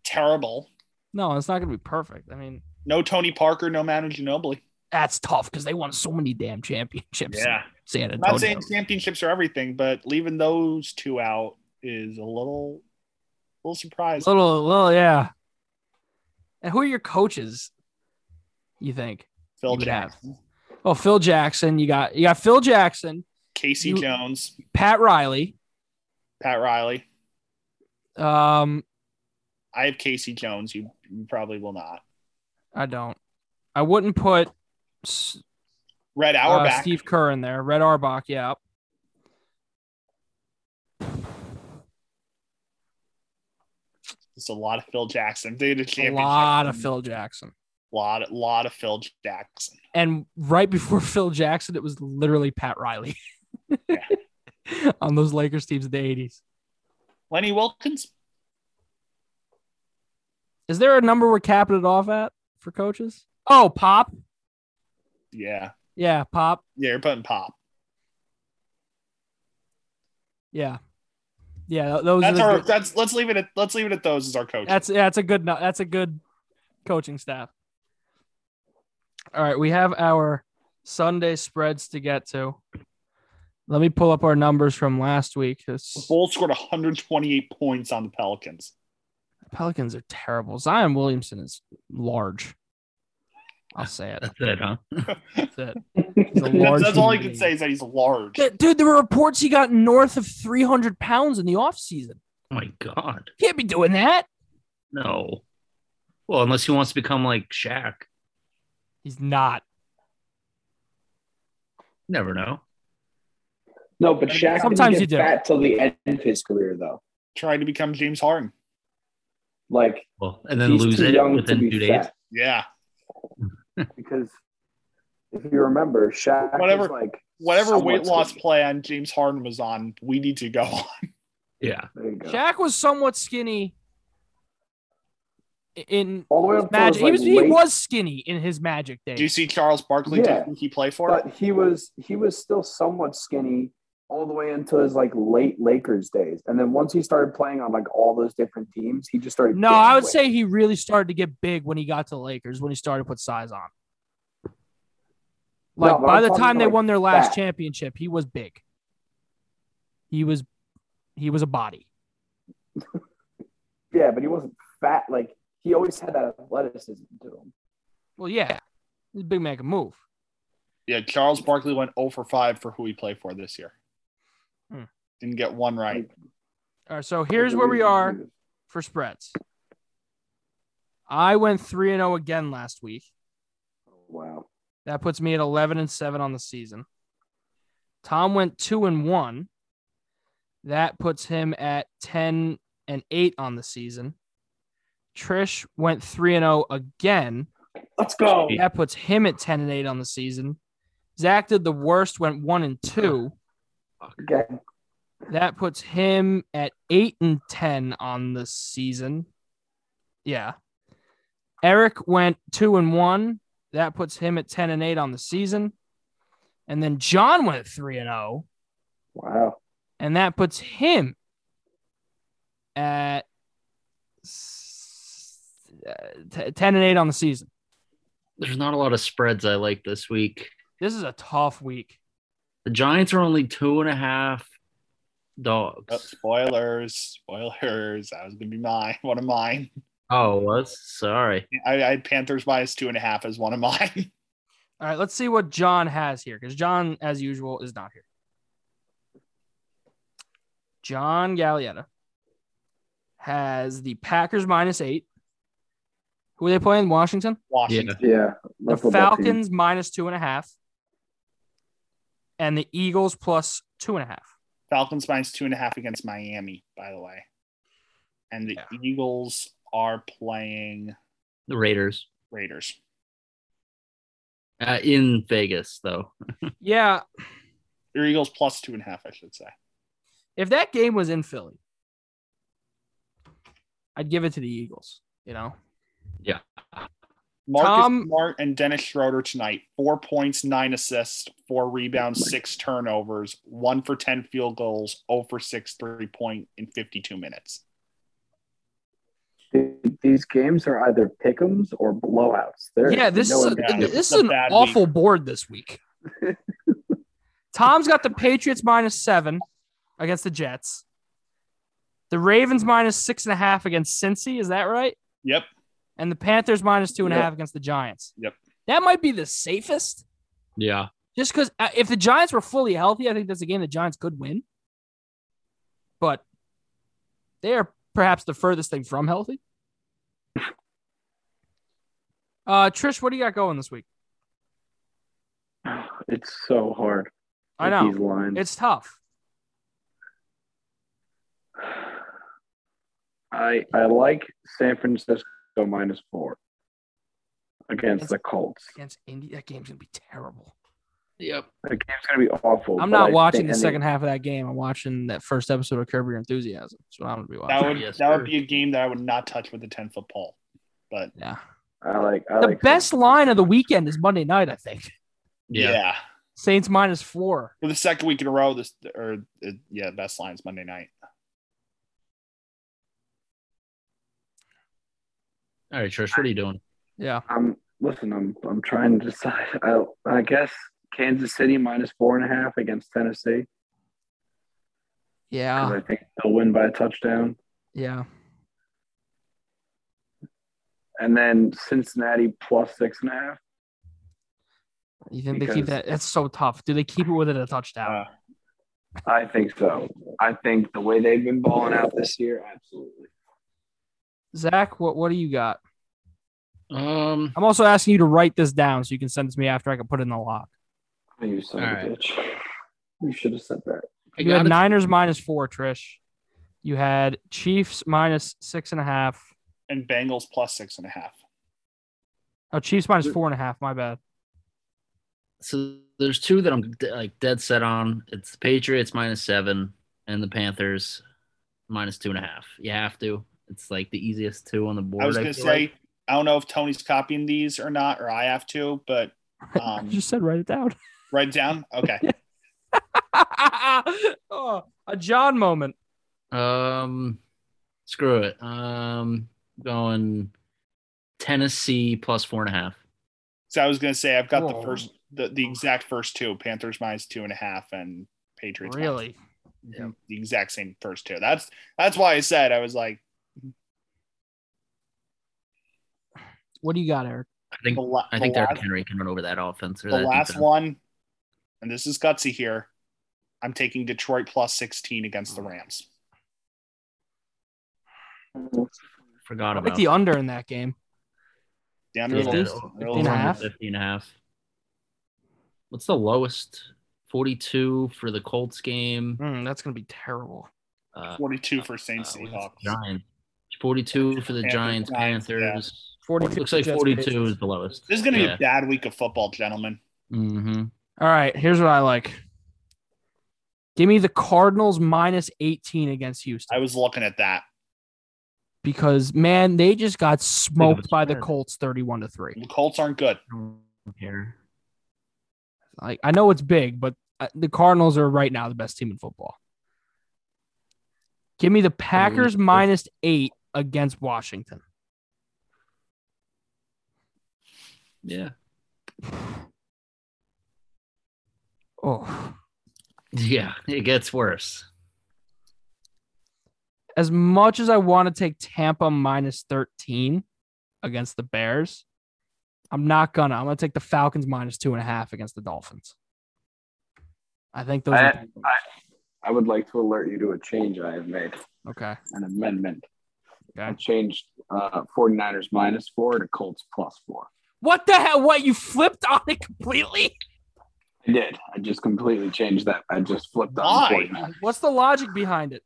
Speaker 3: terrible.
Speaker 1: no, it's not going to be perfect. I mean,
Speaker 3: No Tony Parker, no Manu Ginobili.
Speaker 1: that's tough because they won so many damn championships. in San
Speaker 3: I'm
Speaker 1: Antonio.
Speaker 3: not saying championships are everything, but leaving those two out is a little little surprising.
Speaker 1: Little, little, yeah. And who are your coaches? You think?
Speaker 3: Phil
Speaker 1: you would have.
Speaker 3: Jackson,
Speaker 1: Oh, Phil Jackson. You got you got Phil Jackson,
Speaker 3: Casey
Speaker 1: You-
Speaker 3: Jones,
Speaker 1: Pat Riley.
Speaker 3: Pat Riley.
Speaker 1: Um,
Speaker 3: I have Casey Jones. You, you probably will not.
Speaker 1: I don't. I wouldn't put S-
Speaker 3: Red
Speaker 1: uh,
Speaker 3: Auerbach.
Speaker 1: Steve Kerr in there. Red Arbach, yeah.
Speaker 3: It's a lot of Phil Jackson. They did a
Speaker 1: A
Speaker 3: championship.
Speaker 1: lot of Phil Jackson.
Speaker 3: lot, lot of Phil Jackson.
Speaker 1: And right before Phil Jackson, it was literally Pat Riley.
Speaker 3: Yeah.
Speaker 1: On those Lakers teams of the 80s.
Speaker 3: Lenny Wilkins.
Speaker 1: Is there a number we're capping it off at for coaches? Oh, Pop.
Speaker 3: Yeah,
Speaker 1: Yeah, Pop.
Speaker 3: yeah. You're putting Pop.
Speaker 1: Yeah, yeah. th- Those.
Speaker 3: That's
Speaker 1: are the
Speaker 3: our.
Speaker 1: good-
Speaker 3: That's let's leave it at let's leave it at those as our coach.
Speaker 1: that's that's a good nu- that's a good coaching staff. All right, we have our Sunday spreads to get to. Let me pull up our numbers from last week.
Speaker 3: The
Speaker 1: This,
Speaker 3: Bulls scored 128 points on the Pelicans.
Speaker 1: Pelicans are terrible. Zion Williamson is large. I'll say it.
Speaker 2: That's it, huh?
Speaker 1: That's it. He's a large
Speaker 3: That's, that's all I
Speaker 1: human
Speaker 3: can
Speaker 1: being.
Speaker 3: say is that he's large.
Speaker 1: Th- Dude, there were reports he got north of 300 pounds in the offseason.
Speaker 2: Oh my god.
Speaker 1: Can't be doing that.
Speaker 2: No. Well, unless he wants to become like Shaq.
Speaker 1: He's not.
Speaker 2: You never know.
Speaker 5: No, but Shaq
Speaker 1: Sometimes you
Speaker 5: didn't
Speaker 1: do.
Speaker 5: get fat till the end of his career, though.
Speaker 3: Tried to become James Harden.
Speaker 5: Like
Speaker 2: Well, and then
Speaker 5: he's
Speaker 2: lose
Speaker 5: too
Speaker 2: it
Speaker 5: young to
Speaker 2: within
Speaker 5: be
Speaker 2: two days.
Speaker 5: fat
Speaker 3: Yeah,
Speaker 5: because if you remember, Shaq
Speaker 3: Whatever-
Speaker 5: was like
Speaker 3: whatever
Speaker 5: somewhat
Speaker 3: weight loss
Speaker 5: skinny.
Speaker 3: plan James Harden was on, we need to go on.
Speaker 2: Yeah.
Speaker 5: There you go.
Speaker 1: Shaq was somewhat skinny in
Speaker 5: All the way up
Speaker 1: magic.
Speaker 5: magic.
Speaker 1: He was, he
Speaker 5: late,
Speaker 1: was skinny in his magic
Speaker 3: Do you
Speaker 1: days.
Speaker 3: see Charles Barkley?
Speaker 5: Yeah.
Speaker 3: Did he play for it?
Speaker 5: but he was he was still somewhat skinny all the way until his like late Lakers days, and then once he started playing on like all those different teams, he just started.
Speaker 1: No,
Speaker 5: gaining
Speaker 1: I would
Speaker 5: weight.
Speaker 1: say he really started to get big when he got to the Lakers when he started to put size on.
Speaker 5: No,
Speaker 1: Like
Speaker 5: but
Speaker 1: by
Speaker 5: I'm
Speaker 1: the
Speaker 5: talking
Speaker 1: time they
Speaker 5: like
Speaker 1: won their last
Speaker 5: fat.
Speaker 1: championship, he was big. He was he was a body.
Speaker 5: yeah, but he wasn't fat. Like he always had that athleticism to him.
Speaker 1: Well, yeah. He's a big man can move.
Speaker 3: Yeah, Charles Barkley went 0 for 5 for who he played for this year.
Speaker 1: Hmm.
Speaker 3: Didn't get one right.
Speaker 1: All right, so here's where we are for spreads. I went 3 and 0 again last week.
Speaker 5: oh, Wow.
Speaker 1: That puts me at 11 and 7 on the season. Tom went 2 and 1. That puts him at 10 and 8 on the season. Trish went 3 and 0 again.
Speaker 5: Let's go.
Speaker 1: That puts him at 10 and 8 on the season. Zach did the worst, went 1 and 2.
Speaker 5: Okay.
Speaker 1: That puts him at 8 and 10 on the season. Yeah. Eric went 2 and 1. That puts him at 10 and 8 on the season. And then John went 3 and 0,
Speaker 5: Wow.
Speaker 1: and that puts him at s- uh, t- 10 and 8 on the season.
Speaker 2: There's not a lot of spreads I like this week.
Speaker 1: This is a tough week.
Speaker 2: The Giants are only two and a half dogs.
Speaker 3: Oh, spoilers, spoilers. That was gonna be mine. One of mine.
Speaker 2: Oh, what? Sorry.
Speaker 3: I, I had Panthers minus two and a half as one of mine.
Speaker 1: All right, let's see what John has here because John, as usual, is not here. John Gallietta has the Packers minus eight, Who are they playing? Washington.
Speaker 3: Washington.
Speaker 5: Yeah.
Speaker 1: The
Speaker 5: my football team.
Speaker 1: Falcons minus two and a half, and the Eagles plus two and a half.
Speaker 3: Falcons minus two and a half against Miami, by the way. And the
Speaker 1: Yeah.
Speaker 3: Eagles are playing
Speaker 2: The Raiders
Speaker 3: Raiders.
Speaker 2: uh, in Vegas, though.
Speaker 1: Yeah,
Speaker 3: Your Eagles plus two and a half, I should say.
Speaker 1: if that game was in Philly, I'd give it to the Eagles. You know,
Speaker 3: Marcus
Speaker 1: Tom-
Speaker 3: Smart and Dennis Schroeder tonight. Four points, nine assists, four rebounds, six turnovers, one for 10 field goals, 0 for 6 three point in 52 minutes.
Speaker 5: Dude, These games are either pickems or blowouts. There
Speaker 1: yeah, this is a,
Speaker 5: no
Speaker 3: yeah,
Speaker 5: in
Speaker 1: this
Speaker 5: between.
Speaker 1: is
Speaker 3: a
Speaker 1: an
Speaker 3: bad
Speaker 1: awful board this week. Tom's got the Patriots minus seven against the Jets. The Ravens minus six and a half against Cincy. Is that right?
Speaker 3: Yep.
Speaker 1: And the Panthers minus two and a half
Speaker 5: Yep.
Speaker 1: against the Giants.
Speaker 3: Yep.
Speaker 1: That might be the safest.
Speaker 2: Yeah.
Speaker 1: Just because if the Giants were fully healthy, I think that's a game the Giants could win. But they are perhaps the furthest thing from healthy. Uh, Trish, what do you got going this week?
Speaker 5: It's so hard.
Speaker 1: I
Speaker 5: with
Speaker 1: know
Speaker 5: These lines.
Speaker 1: it's tough.
Speaker 5: I I like San Francisco minus four against the Colts.
Speaker 1: against Indy. That game's gonna be terrible.
Speaker 2: Yep.
Speaker 5: The game's gonna be awful.
Speaker 1: I'm
Speaker 5: Oh, but
Speaker 1: not
Speaker 5: I
Speaker 1: watching
Speaker 5: think
Speaker 1: the
Speaker 5: any-
Speaker 1: second half of that game. I'm watching that first episode of Curb Your Enthusiasm. That's what I'm gonna be
Speaker 3: That
Speaker 1: watching.
Speaker 3: would
Speaker 2: Yes,
Speaker 3: that
Speaker 2: sir.
Speaker 3: would be a game that I would not touch with a 10 foot pole. But
Speaker 1: yeah.
Speaker 5: I like. I
Speaker 1: The
Speaker 5: like
Speaker 1: best line of the weekend is Monday night, I think.
Speaker 2: Yeah.
Speaker 3: yeah.
Speaker 1: Saints minus four.
Speaker 3: For the second week in a row, this or uh, yeah, best lines Monday night.
Speaker 2: All right, Trish, what are you doing?
Speaker 1: Yeah.
Speaker 5: I'm listen. I'm I'm trying to decide. I I guess Kansas City minus four and a half against Tennessee. 'cause
Speaker 2: Ah.
Speaker 1: Yeah.
Speaker 5: I think they'll win by a touchdown.
Speaker 1: Yeah.
Speaker 5: And then Cincinnati plus six and a half.
Speaker 1: You think they keep
Speaker 5: Because-
Speaker 1: that? That's so tough. Do they keep it within a touchdown?
Speaker 3: Uh,
Speaker 5: I think so. I think the way they've been balling out this year, absolutely.
Speaker 1: Zach, what, what do you got?
Speaker 2: Um,
Speaker 1: I'm also asking you to write this down so you can send it to me after I can put it in the lock.
Speaker 5: Oh, You son
Speaker 2: All
Speaker 5: of a
Speaker 2: right.
Speaker 5: bitch. You should have said that.
Speaker 2: I
Speaker 1: You had
Speaker 2: gotta-
Speaker 1: Niners minus four, Trish. You had Chiefs minus six and a half.
Speaker 3: and Bengals plus six and a half.
Speaker 1: Oh, Chiefs minus four and a half. My bad.
Speaker 2: so there's two that I'm de- like dead set on. It's the Patriots minus seven and the Panthers minus two and a half. You have to. It's like the easiest two on the board.
Speaker 3: I was gonna
Speaker 2: feel
Speaker 3: say,
Speaker 2: like.
Speaker 3: I don't know if Tony's copying these or not, or I have to, but
Speaker 1: I
Speaker 3: um,
Speaker 1: just said write it down.
Speaker 3: write it down. Okay.
Speaker 1: oh, a John moment.
Speaker 2: um, screw it. Um, going Tennessee plus four and a half.
Speaker 3: So I was gonna say I've got
Speaker 1: Whoa.
Speaker 3: the first the, the exact first two Panthers minus two and a half and Patriots minus-
Speaker 1: Really?
Speaker 3: the, the exact same first two. That's that's why I said I was like
Speaker 1: What do you got, Eric?
Speaker 2: I think.
Speaker 3: the, la-
Speaker 2: I think
Speaker 3: the
Speaker 2: Derrick
Speaker 3: last,
Speaker 2: Henry can run over that offense or
Speaker 3: the
Speaker 2: that
Speaker 3: last
Speaker 2: defense.
Speaker 3: one, and this is gutsy here. I'm taking Detroit plus sixteen against
Speaker 1: Hmm.
Speaker 3: the Rams.
Speaker 2: Forgot
Speaker 1: I
Speaker 2: about
Speaker 1: like the
Speaker 2: that.
Speaker 1: under in that game.
Speaker 3: The
Speaker 2: Yeah,
Speaker 3: under
Speaker 1: Fifty?
Speaker 2: the over-
Speaker 3: the-
Speaker 1: Fifty and a
Speaker 3: the
Speaker 2: over
Speaker 3: over-
Speaker 1: half?
Speaker 2: 50 and a half. What's the lowest? 42 for the Colts game.
Speaker 1: Mm, that's gonna be terrible.
Speaker 2: Uh,
Speaker 3: forty-two for
Speaker 2: uh,
Speaker 3: Saints
Speaker 2: what is it?
Speaker 3: Seahawks.
Speaker 2: Giants. 42 for the
Speaker 3: Panthers,
Speaker 2: Giants,
Speaker 3: Giants, yeah.
Speaker 2: Panthers.
Speaker 1: Forty-two.
Speaker 2: Looks like
Speaker 1: Jets,
Speaker 2: 42
Speaker 1: Patriots.
Speaker 2: is the lowest.
Speaker 3: This is gonna be a bad week of football, gentlemen.
Speaker 2: Mm-hmm.
Speaker 1: All right. Here's what I like. Give me the Cardinals minus eighteen against Houston
Speaker 3: I was looking at that.
Speaker 1: because man, they just got smoked by the
Speaker 2: spread.
Speaker 1: Colts, thirty-one to three.
Speaker 3: The Colts aren't good.
Speaker 2: Here.
Speaker 1: Like I know it's big, but uh, the Cardinals are right now the best team in football. Give me the Packers minus eight against Washington.
Speaker 2: Yeah.
Speaker 1: Oh,
Speaker 2: Yeah. It gets worse.
Speaker 1: as much as I want to take Tampa minus 13 against the Bears, I'm not gonna. I'm gonna take the Falcons minus two and a half against the Dolphins. I think those are
Speaker 5: I would like to alert you to a change I have made,
Speaker 1: okay.
Speaker 5: an amendment.
Speaker 1: Okay.
Speaker 5: I changed uh, 49ers minus four to Colts plus four.
Speaker 1: What the hell? What you flipped on it completely?
Speaker 5: I did. I just completely changed that. I just flipped on
Speaker 3: Why?
Speaker 5: 49ers.
Speaker 1: What's the logic behind it?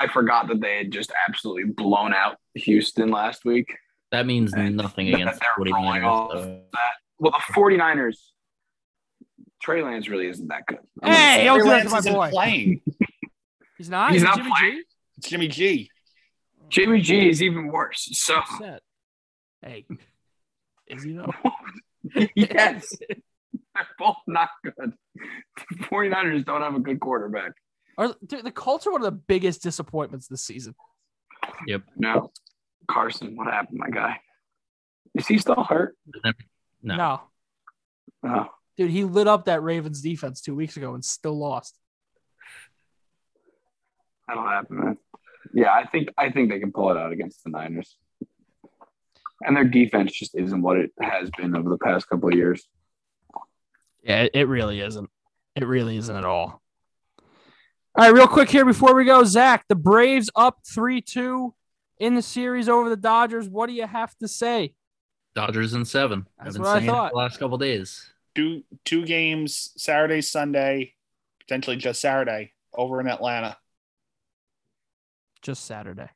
Speaker 5: I forgot that they had just absolutely blown out Houston last week.
Speaker 2: That means nothing
Speaker 5: They're
Speaker 2: against the
Speaker 5: rolling
Speaker 2: 49ers.
Speaker 5: off
Speaker 2: though.
Speaker 5: Well, the 49ers, Trey Lance really isn't that good. I'm gonna
Speaker 1: Hey,
Speaker 5: say
Speaker 1: don't
Speaker 5: it.
Speaker 1: do that
Speaker 3: Lance
Speaker 1: to my
Speaker 3: isn't
Speaker 1: boy.
Speaker 3: playing.
Speaker 1: He's not.
Speaker 5: He's
Speaker 1: Is it
Speaker 5: not
Speaker 1: Jimmy G?
Speaker 3: It's Jimmy G.
Speaker 5: Jimmy G is even worse. So,
Speaker 1: Upset. Hey, is he though?
Speaker 5: yes, they're both not good. The 49ers don't have a good quarterback.
Speaker 1: Are, dude, the Colts are one of the biggest disappointments this season.
Speaker 5: No. Carson, what happened, my guy? Is he still hurt?
Speaker 2: No.
Speaker 5: Oh.
Speaker 1: Dude, he lit up that Ravens defense two weeks ago and still lost.
Speaker 5: That'll happen, man. Yeah, I think I think they can pull it out against the Niners. And their defense just isn't what it has been over the past couple of years.
Speaker 1: Yeah, it- it really isn't. It really isn't at all. All right, real quick here before we go, Zach, the Braves up 3 2 in the series over the Dodgers. What do you have to say?
Speaker 2: Dodgers in seven.
Speaker 1: That's
Speaker 2: I've been
Speaker 1: what I
Speaker 2: saying it
Speaker 1: thought.
Speaker 2: the last couple days.
Speaker 3: Two two games Saturday, Sunday, potentially just Saturday over in Atlanta.
Speaker 1: Just Saturday.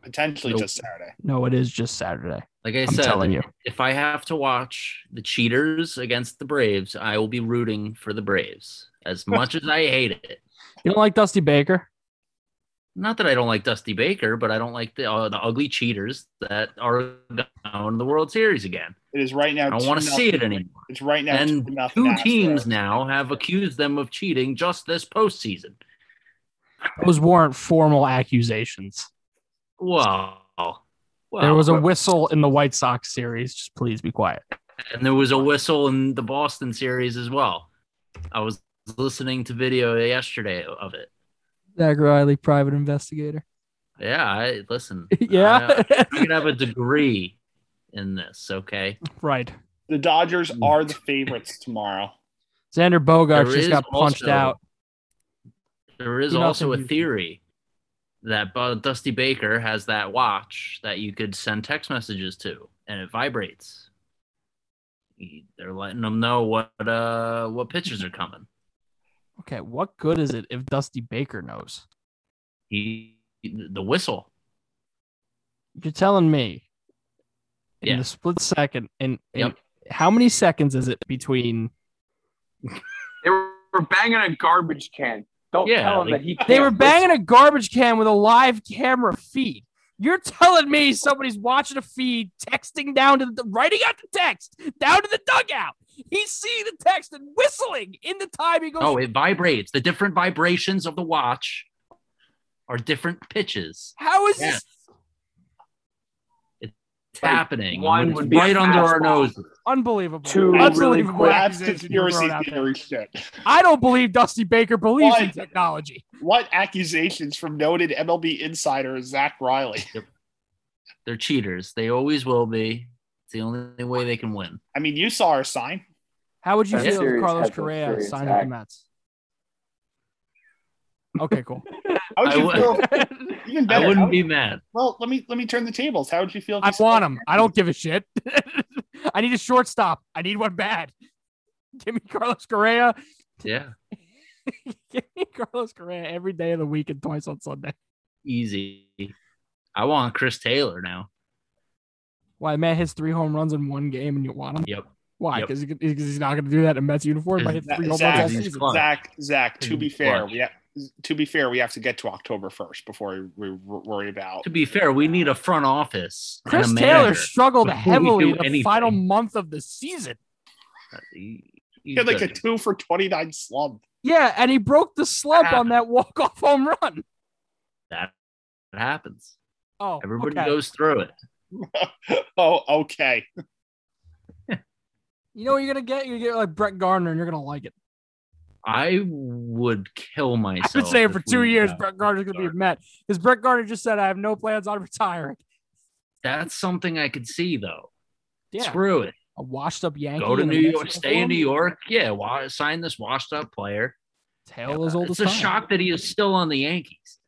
Speaker 3: Potentially
Speaker 2: Nope.
Speaker 3: just Saturday.
Speaker 1: No, it is just Saturday.
Speaker 2: Like I
Speaker 1: I'm
Speaker 2: said,
Speaker 1: telling you.
Speaker 2: if I have to watch the cheaters against the Braves, I will be rooting for the Braves as much as I hate it.
Speaker 1: You don't like Dusty Baker?
Speaker 2: Not that I don't like Dusty Baker, but I don't like the uh, the ugly cheaters that are going to the World Series again.
Speaker 3: It is right now.
Speaker 2: I don't want to
Speaker 3: 2-0.
Speaker 2: see it anymore.
Speaker 3: It's right now.
Speaker 2: And
Speaker 3: 2-0
Speaker 2: two
Speaker 3: Astros.
Speaker 2: teams now have accused them of cheating just this postseason.
Speaker 1: Those weren't formal accusations.
Speaker 2: Wow.
Speaker 1: there
Speaker 2: Wow.
Speaker 1: was a whistle in the White Sox series. Just please be quiet.
Speaker 2: and there was a whistle in the Boston series as well. I was listening to video yesterday of it.
Speaker 1: Zach Riley, private investigator.
Speaker 2: Yeah, I listen.
Speaker 1: yeah.
Speaker 2: I could have a degree in this, okay?
Speaker 1: right.
Speaker 3: The Dodgers are the favorites tomorrow.
Speaker 1: Xander
Speaker 2: There
Speaker 1: Bogarts just
Speaker 2: is
Speaker 1: got punched
Speaker 2: also-
Speaker 1: out.
Speaker 2: There is
Speaker 1: You're not
Speaker 2: also a
Speaker 1: confused.
Speaker 2: theory that Bu- Dusty Baker has that watch that you could send text messages to, and it vibrates. He- They're letting them know what uh what pitches are coming.
Speaker 1: Okay, what good is it if Dusty Baker knows?
Speaker 2: He the whistle.
Speaker 1: You're telling me in
Speaker 2: Yeah.
Speaker 1: the split second, in, in
Speaker 2: Yep.
Speaker 1: how many seconds is it between
Speaker 5: They were banging a garbage can. Don't
Speaker 2: Yeah,
Speaker 5: tell him
Speaker 2: like-
Speaker 5: that he
Speaker 1: they
Speaker 5: can't
Speaker 1: were banging a garbage can with a live camera feed? You're telling me somebody's watching a feed, texting down to the writing out the text down to the dugout. He's seeing the text and whistling in the time he goes.
Speaker 2: Oh, it vibrates. The different vibrations of the watch are different pitches.
Speaker 1: how is
Speaker 2: yeah.
Speaker 1: this?
Speaker 2: It's
Speaker 5: Like,
Speaker 2: happening.
Speaker 5: one
Speaker 2: It's
Speaker 5: would be a
Speaker 2: right under our
Speaker 5: fastball.
Speaker 2: noses.
Speaker 1: Unbelievable.
Speaker 5: Two really
Speaker 1: Unbelievable
Speaker 5: quick-
Speaker 3: That's
Speaker 1: accusations were
Speaker 3: conspiracy
Speaker 1: thrown out there.
Speaker 3: theory shit.
Speaker 1: I don't believe Dusty Baker believes in
Speaker 3: One.
Speaker 1: technology.
Speaker 3: What accusations from noted MLB insider Zach Riley?
Speaker 2: They're cheaters. They always will be. It's the only way they can win.
Speaker 3: I mean, you saw our sign.
Speaker 1: How would you
Speaker 5: That's
Speaker 1: feel if
Speaker 5: serious
Speaker 1: Carlos
Speaker 5: type of
Speaker 1: Correa
Speaker 5: serious
Speaker 1: signed with the
Speaker 5: act.
Speaker 1: Mets? Okay, cool.
Speaker 3: How would
Speaker 2: I
Speaker 3: you
Speaker 2: would-
Speaker 3: feel? Even better.
Speaker 2: I
Speaker 3: how
Speaker 1: Oh,
Speaker 2: wouldn't
Speaker 3: would-
Speaker 2: be mad.
Speaker 3: Well, let me let me turn the tables. How would you feel? If
Speaker 1: I
Speaker 3: you saw-
Speaker 1: want him. I don't give a shit. I need a shortstop. I need one bad. Give me Carlos Correa.
Speaker 2: Yeah,
Speaker 1: Give me Carlos Correa every day of the week and twice on Sunday.
Speaker 2: easy. I want Chris Taylor now.
Speaker 1: Why man hits three home runs in one game and you want him?
Speaker 2: Yep.
Speaker 1: Why?
Speaker 2: Yep.
Speaker 1: Because he's not going to do that in a Mets uniform. If I hit
Speaker 2: Is
Speaker 1: three home runs
Speaker 3: that-
Speaker 1: all
Speaker 3: is
Speaker 1: season.
Speaker 2: Clutch.
Speaker 3: Zach, Zach. To be
Speaker 2: Clutch.
Speaker 3: fair, we have, to be fair, we have to get to October first before we, we worry about.
Speaker 2: To be fair, we need a front office. and a
Speaker 1: Chris Taylor
Speaker 2: manager. Uh,
Speaker 1: struggled
Speaker 2: before we
Speaker 1: heavily
Speaker 2: do
Speaker 1: in the
Speaker 2: anything.
Speaker 1: final month of the season.
Speaker 2: He-
Speaker 3: He
Speaker 2: he's
Speaker 3: had like a
Speaker 2: good.
Speaker 3: two for twenty nine slump.
Speaker 1: Yeah, and he broke the slump
Speaker 2: Ah.
Speaker 1: on that walk off home run.
Speaker 2: that that happens.
Speaker 1: Oh,
Speaker 2: Everybody
Speaker 1: okay.
Speaker 2: goes through it.
Speaker 3: Oh, okay.
Speaker 1: You know what you're gonna get? You're gonna get like Brett Gardner, and you're gonna like it.
Speaker 2: I would kill myself.
Speaker 1: I've been saying for
Speaker 2: if
Speaker 1: two
Speaker 2: we
Speaker 1: years,
Speaker 2: got-
Speaker 1: Brett Gardner's gonna be a Met. Because Brett Gardner just said, "I have no plans on retiring."
Speaker 2: That's something I could see though.
Speaker 1: Yeah,
Speaker 2: Screw it.
Speaker 1: a washed-up Yankee.
Speaker 2: Go to
Speaker 1: in a
Speaker 2: New
Speaker 1: Mets
Speaker 2: York. Stay in
Speaker 1: uniform?
Speaker 2: New York. Yeah. Why sign this washed up player? Uh,
Speaker 1: Hell as old
Speaker 2: it's
Speaker 1: as
Speaker 2: a
Speaker 1: time.
Speaker 2: shock that he is still on the Yankees.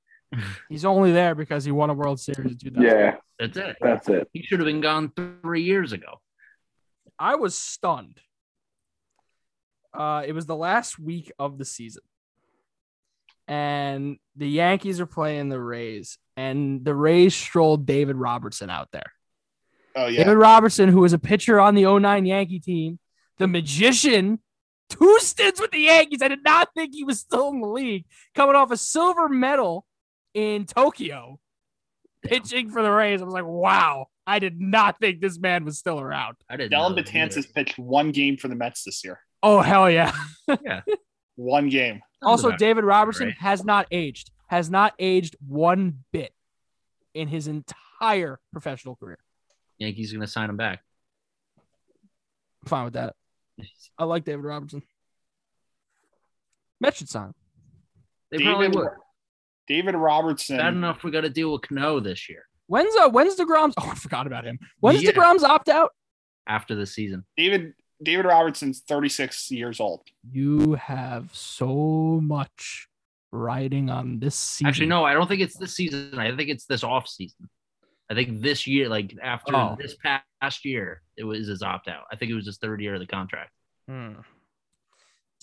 Speaker 1: He's only there because he won a World Series in 2000.
Speaker 4: Yeah,
Speaker 2: That's it.
Speaker 4: that's it.
Speaker 2: He should have been gone three years ago.
Speaker 1: I was stunned. Uh, it was the last week of the season. And the Yankees are playing the Rays, and the Rays strolled David Robertson out there.
Speaker 3: Oh yeah.
Speaker 1: David Robertson, who was a pitcher on the 09 Yankee team, the magician, two stints with the Yankees. I did not think he was still in the league, coming off a silver medal in Tokyo, pitching for the Rays. I was like, wow, I did not think this man was still around.
Speaker 2: I didn't.
Speaker 3: Dylan
Speaker 2: know that
Speaker 3: Betances
Speaker 2: either.
Speaker 3: has pitched one game for the Mets this year.
Speaker 1: Oh, hell yeah.
Speaker 3: One game.
Speaker 1: Also,
Speaker 2: Something
Speaker 1: David Robertson
Speaker 2: right?
Speaker 1: has not aged, has not aged one bit in his entire professional career.
Speaker 2: Yankees gonna sign him back.
Speaker 1: I'm fine with that. I like David Robertson. Mets should sign. him.
Speaker 2: They probably would.
Speaker 3: David Robertson.
Speaker 2: Bad enough we got to deal with Cano this year
Speaker 1: When's uh, when's Degrom's? Oh, I forgot about him. When's
Speaker 2: Yeah.
Speaker 1: Degrom's opt out?
Speaker 2: after the season.
Speaker 3: David David Robertson's 36 years old.
Speaker 1: You have so much riding on this season.
Speaker 2: Actually, no, I don't think it's this season. I think it's this off season. I think this year, like after
Speaker 1: Oh.
Speaker 2: this pa- past year, it was his opt out. I think it was his third year of the contract.
Speaker 1: Hmm.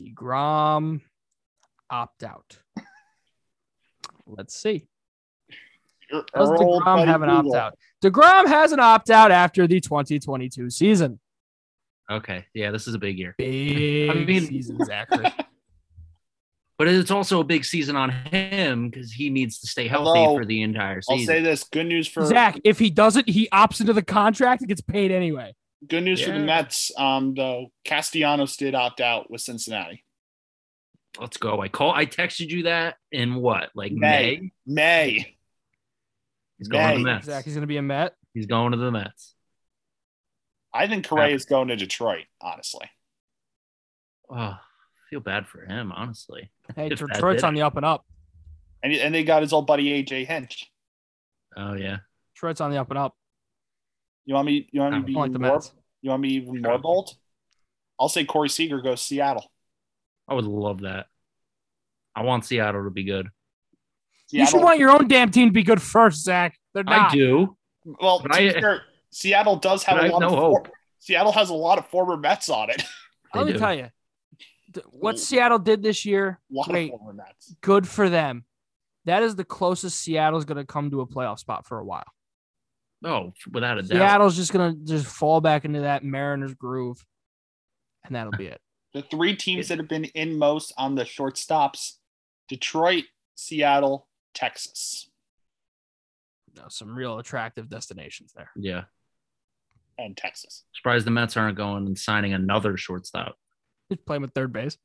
Speaker 1: Degrom opt out. Let's see.
Speaker 3: Er-
Speaker 1: Does
Speaker 3: Earl
Speaker 1: Degrom
Speaker 3: Buddy
Speaker 1: have an
Speaker 3: Google.
Speaker 1: opt out? Degrom has an opt out after the 2022 season.
Speaker 2: Okay, yeah, this is a big year,
Speaker 1: Big
Speaker 2: mean-
Speaker 1: season, Zachary.
Speaker 2: but it's also a big season on him because he needs to stay healthy
Speaker 3: Although,
Speaker 2: for the entire
Speaker 3: I'll say
Speaker 2: season.
Speaker 3: this: good news for
Speaker 1: Zach, if he doesn't, he opts into the contract and gets paid anyway.
Speaker 3: good news for the
Speaker 2: Yeah.
Speaker 3: Mets. Um, though Castellanos did opt out with Cincinnati.
Speaker 2: Let's go. I call. I texted you that in what, like May?
Speaker 3: May. May
Speaker 2: He's going to the
Speaker 3: May.
Speaker 2: Mets.
Speaker 1: Zach, he's going to be a Met.
Speaker 2: He's going to the Mets.
Speaker 3: I think Correa is going to Detroit. Honestly,
Speaker 2: Oh, I feel bad for him, honestly.
Speaker 1: Hey,
Speaker 2: If that
Speaker 1: Detroit's
Speaker 2: did
Speaker 1: on the up and up.
Speaker 3: and and they got his old buddy AJ Hinch.
Speaker 2: Oh yeah.
Speaker 1: Detroit's on the up and up.
Speaker 3: You want me? You want me
Speaker 2: I
Speaker 3: to be
Speaker 1: I like the
Speaker 3: more-
Speaker 1: Mets.
Speaker 3: You want me even
Speaker 2: Sure.
Speaker 3: more bold? I'll say Corey Seager goes Seattle.
Speaker 2: I would love that. I want Seattle to be good.
Speaker 1: You
Speaker 3: Seattle-
Speaker 1: should want your own damn team to be good first, Zach. They're not.
Speaker 2: I do.
Speaker 3: Well, to be
Speaker 2: I-
Speaker 3: fair, Seattle does have
Speaker 2: but I
Speaker 3: a
Speaker 2: have
Speaker 3: lot
Speaker 2: no
Speaker 3: of
Speaker 2: hope.
Speaker 3: for- Seattle has a lot of former Mets on it.
Speaker 2: They
Speaker 1: Let me
Speaker 2: do.
Speaker 1: tell you, th- what
Speaker 3: Mm.
Speaker 1: Seattle did this year,
Speaker 3: a lot
Speaker 1: Wait.
Speaker 3: of former Mets.
Speaker 1: good for them. That is the closest Seattle's going to come to a playoff spot for a while.
Speaker 2: Oh, without a doubt.
Speaker 1: Seattle's just going to just fall back into that Mariners groove, and that'll be it.
Speaker 3: The three teams that have been in most on the shortstops: Detroit, Seattle, Texas,
Speaker 1: You know, some real attractive destinations there.
Speaker 2: Yeah.
Speaker 3: and Texas.
Speaker 2: Surprised the Mets aren't going and signing another shortstop.
Speaker 1: Just playing with third base.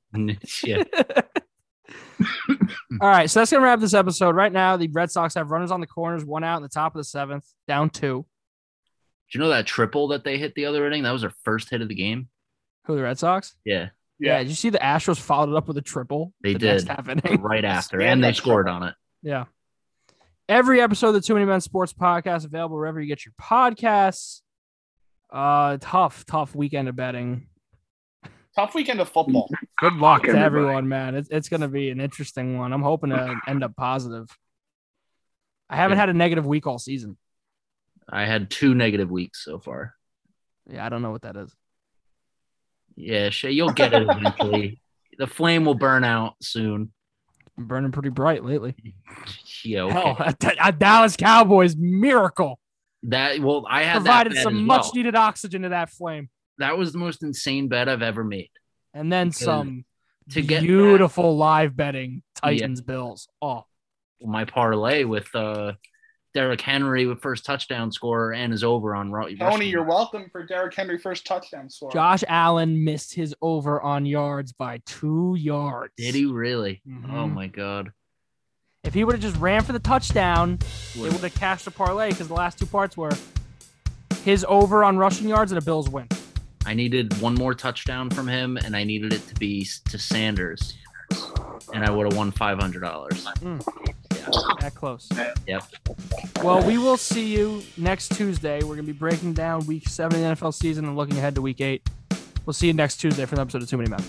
Speaker 2: yeah. Hmm.
Speaker 1: All right, so that's gonna wrap this episode. Right now, the Red Sox have runners on the corners, one out in the top of the seventh, down two.
Speaker 2: Do you know that triple that they hit the other inning? That was their first hit of the game.
Speaker 1: Who the Red Sox?
Speaker 2: Yeah,
Speaker 1: Yeah. did you see the Astros followed it up with a triple?
Speaker 2: They
Speaker 1: the Next
Speaker 2: did.
Speaker 1: half inning.
Speaker 2: right after,
Speaker 3: Yeah,
Speaker 2: and they
Speaker 3: that's
Speaker 2: scored on it.
Speaker 1: Yeah. Every episode of the Too Many Men Sports Podcast available wherever you get your podcasts. Uh, tough, tough weekend of betting.
Speaker 3: Tough weekend of football.
Speaker 2: Mm-hmm.
Speaker 4: Good luck,
Speaker 1: To everyone, man, it's it's gonna be an interesting one. I'm hoping to end up positive. I haven't had a negative week all season.
Speaker 2: I had two negative weeks so far.
Speaker 1: Yeah, I don't know what that is.
Speaker 2: Yeah, Shay, you'll get it eventually. the flame will burn out soon.
Speaker 1: I'm burning pretty bright lately.
Speaker 2: Yeah, okay.
Speaker 1: Hell, a, a Dallas Cowboys miracle
Speaker 2: That well, I had
Speaker 1: provided
Speaker 2: that bet
Speaker 1: some
Speaker 2: as well.
Speaker 1: much needed oxygen to that flame,
Speaker 2: That was the most insane bet I've ever made.
Speaker 1: and then
Speaker 2: Because
Speaker 1: some
Speaker 2: to get that-
Speaker 1: beautiful live betting Titans Bills. Oh,
Speaker 2: my parlay with uh Derrick Henry with first touchdown scorer and is over on Ro-
Speaker 3: Tony, you're welcome for Derrick Henry first touchdown score.
Speaker 1: Josh Allen missed his over on yards by two yards.
Speaker 2: Did he really?
Speaker 3: Mm-hmm.
Speaker 2: Oh
Speaker 1: Mhm.
Speaker 2: my god.
Speaker 1: If he would have just ran for the touchdown, it would have cashed the parlay because the last two parts were his over on rushing yards and a Bills win.
Speaker 2: I needed one more touchdown from him and I needed it to be s- to Sanders. And I would have won five hundred dollars.
Speaker 1: That close.
Speaker 2: Yep.
Speaker 1: Well, we will see you next Tuesday. We're going to be breaking down week seven of the NFL season and looking ahead to week eight. We'll see you next Tuesday for an episode of Too Many Men.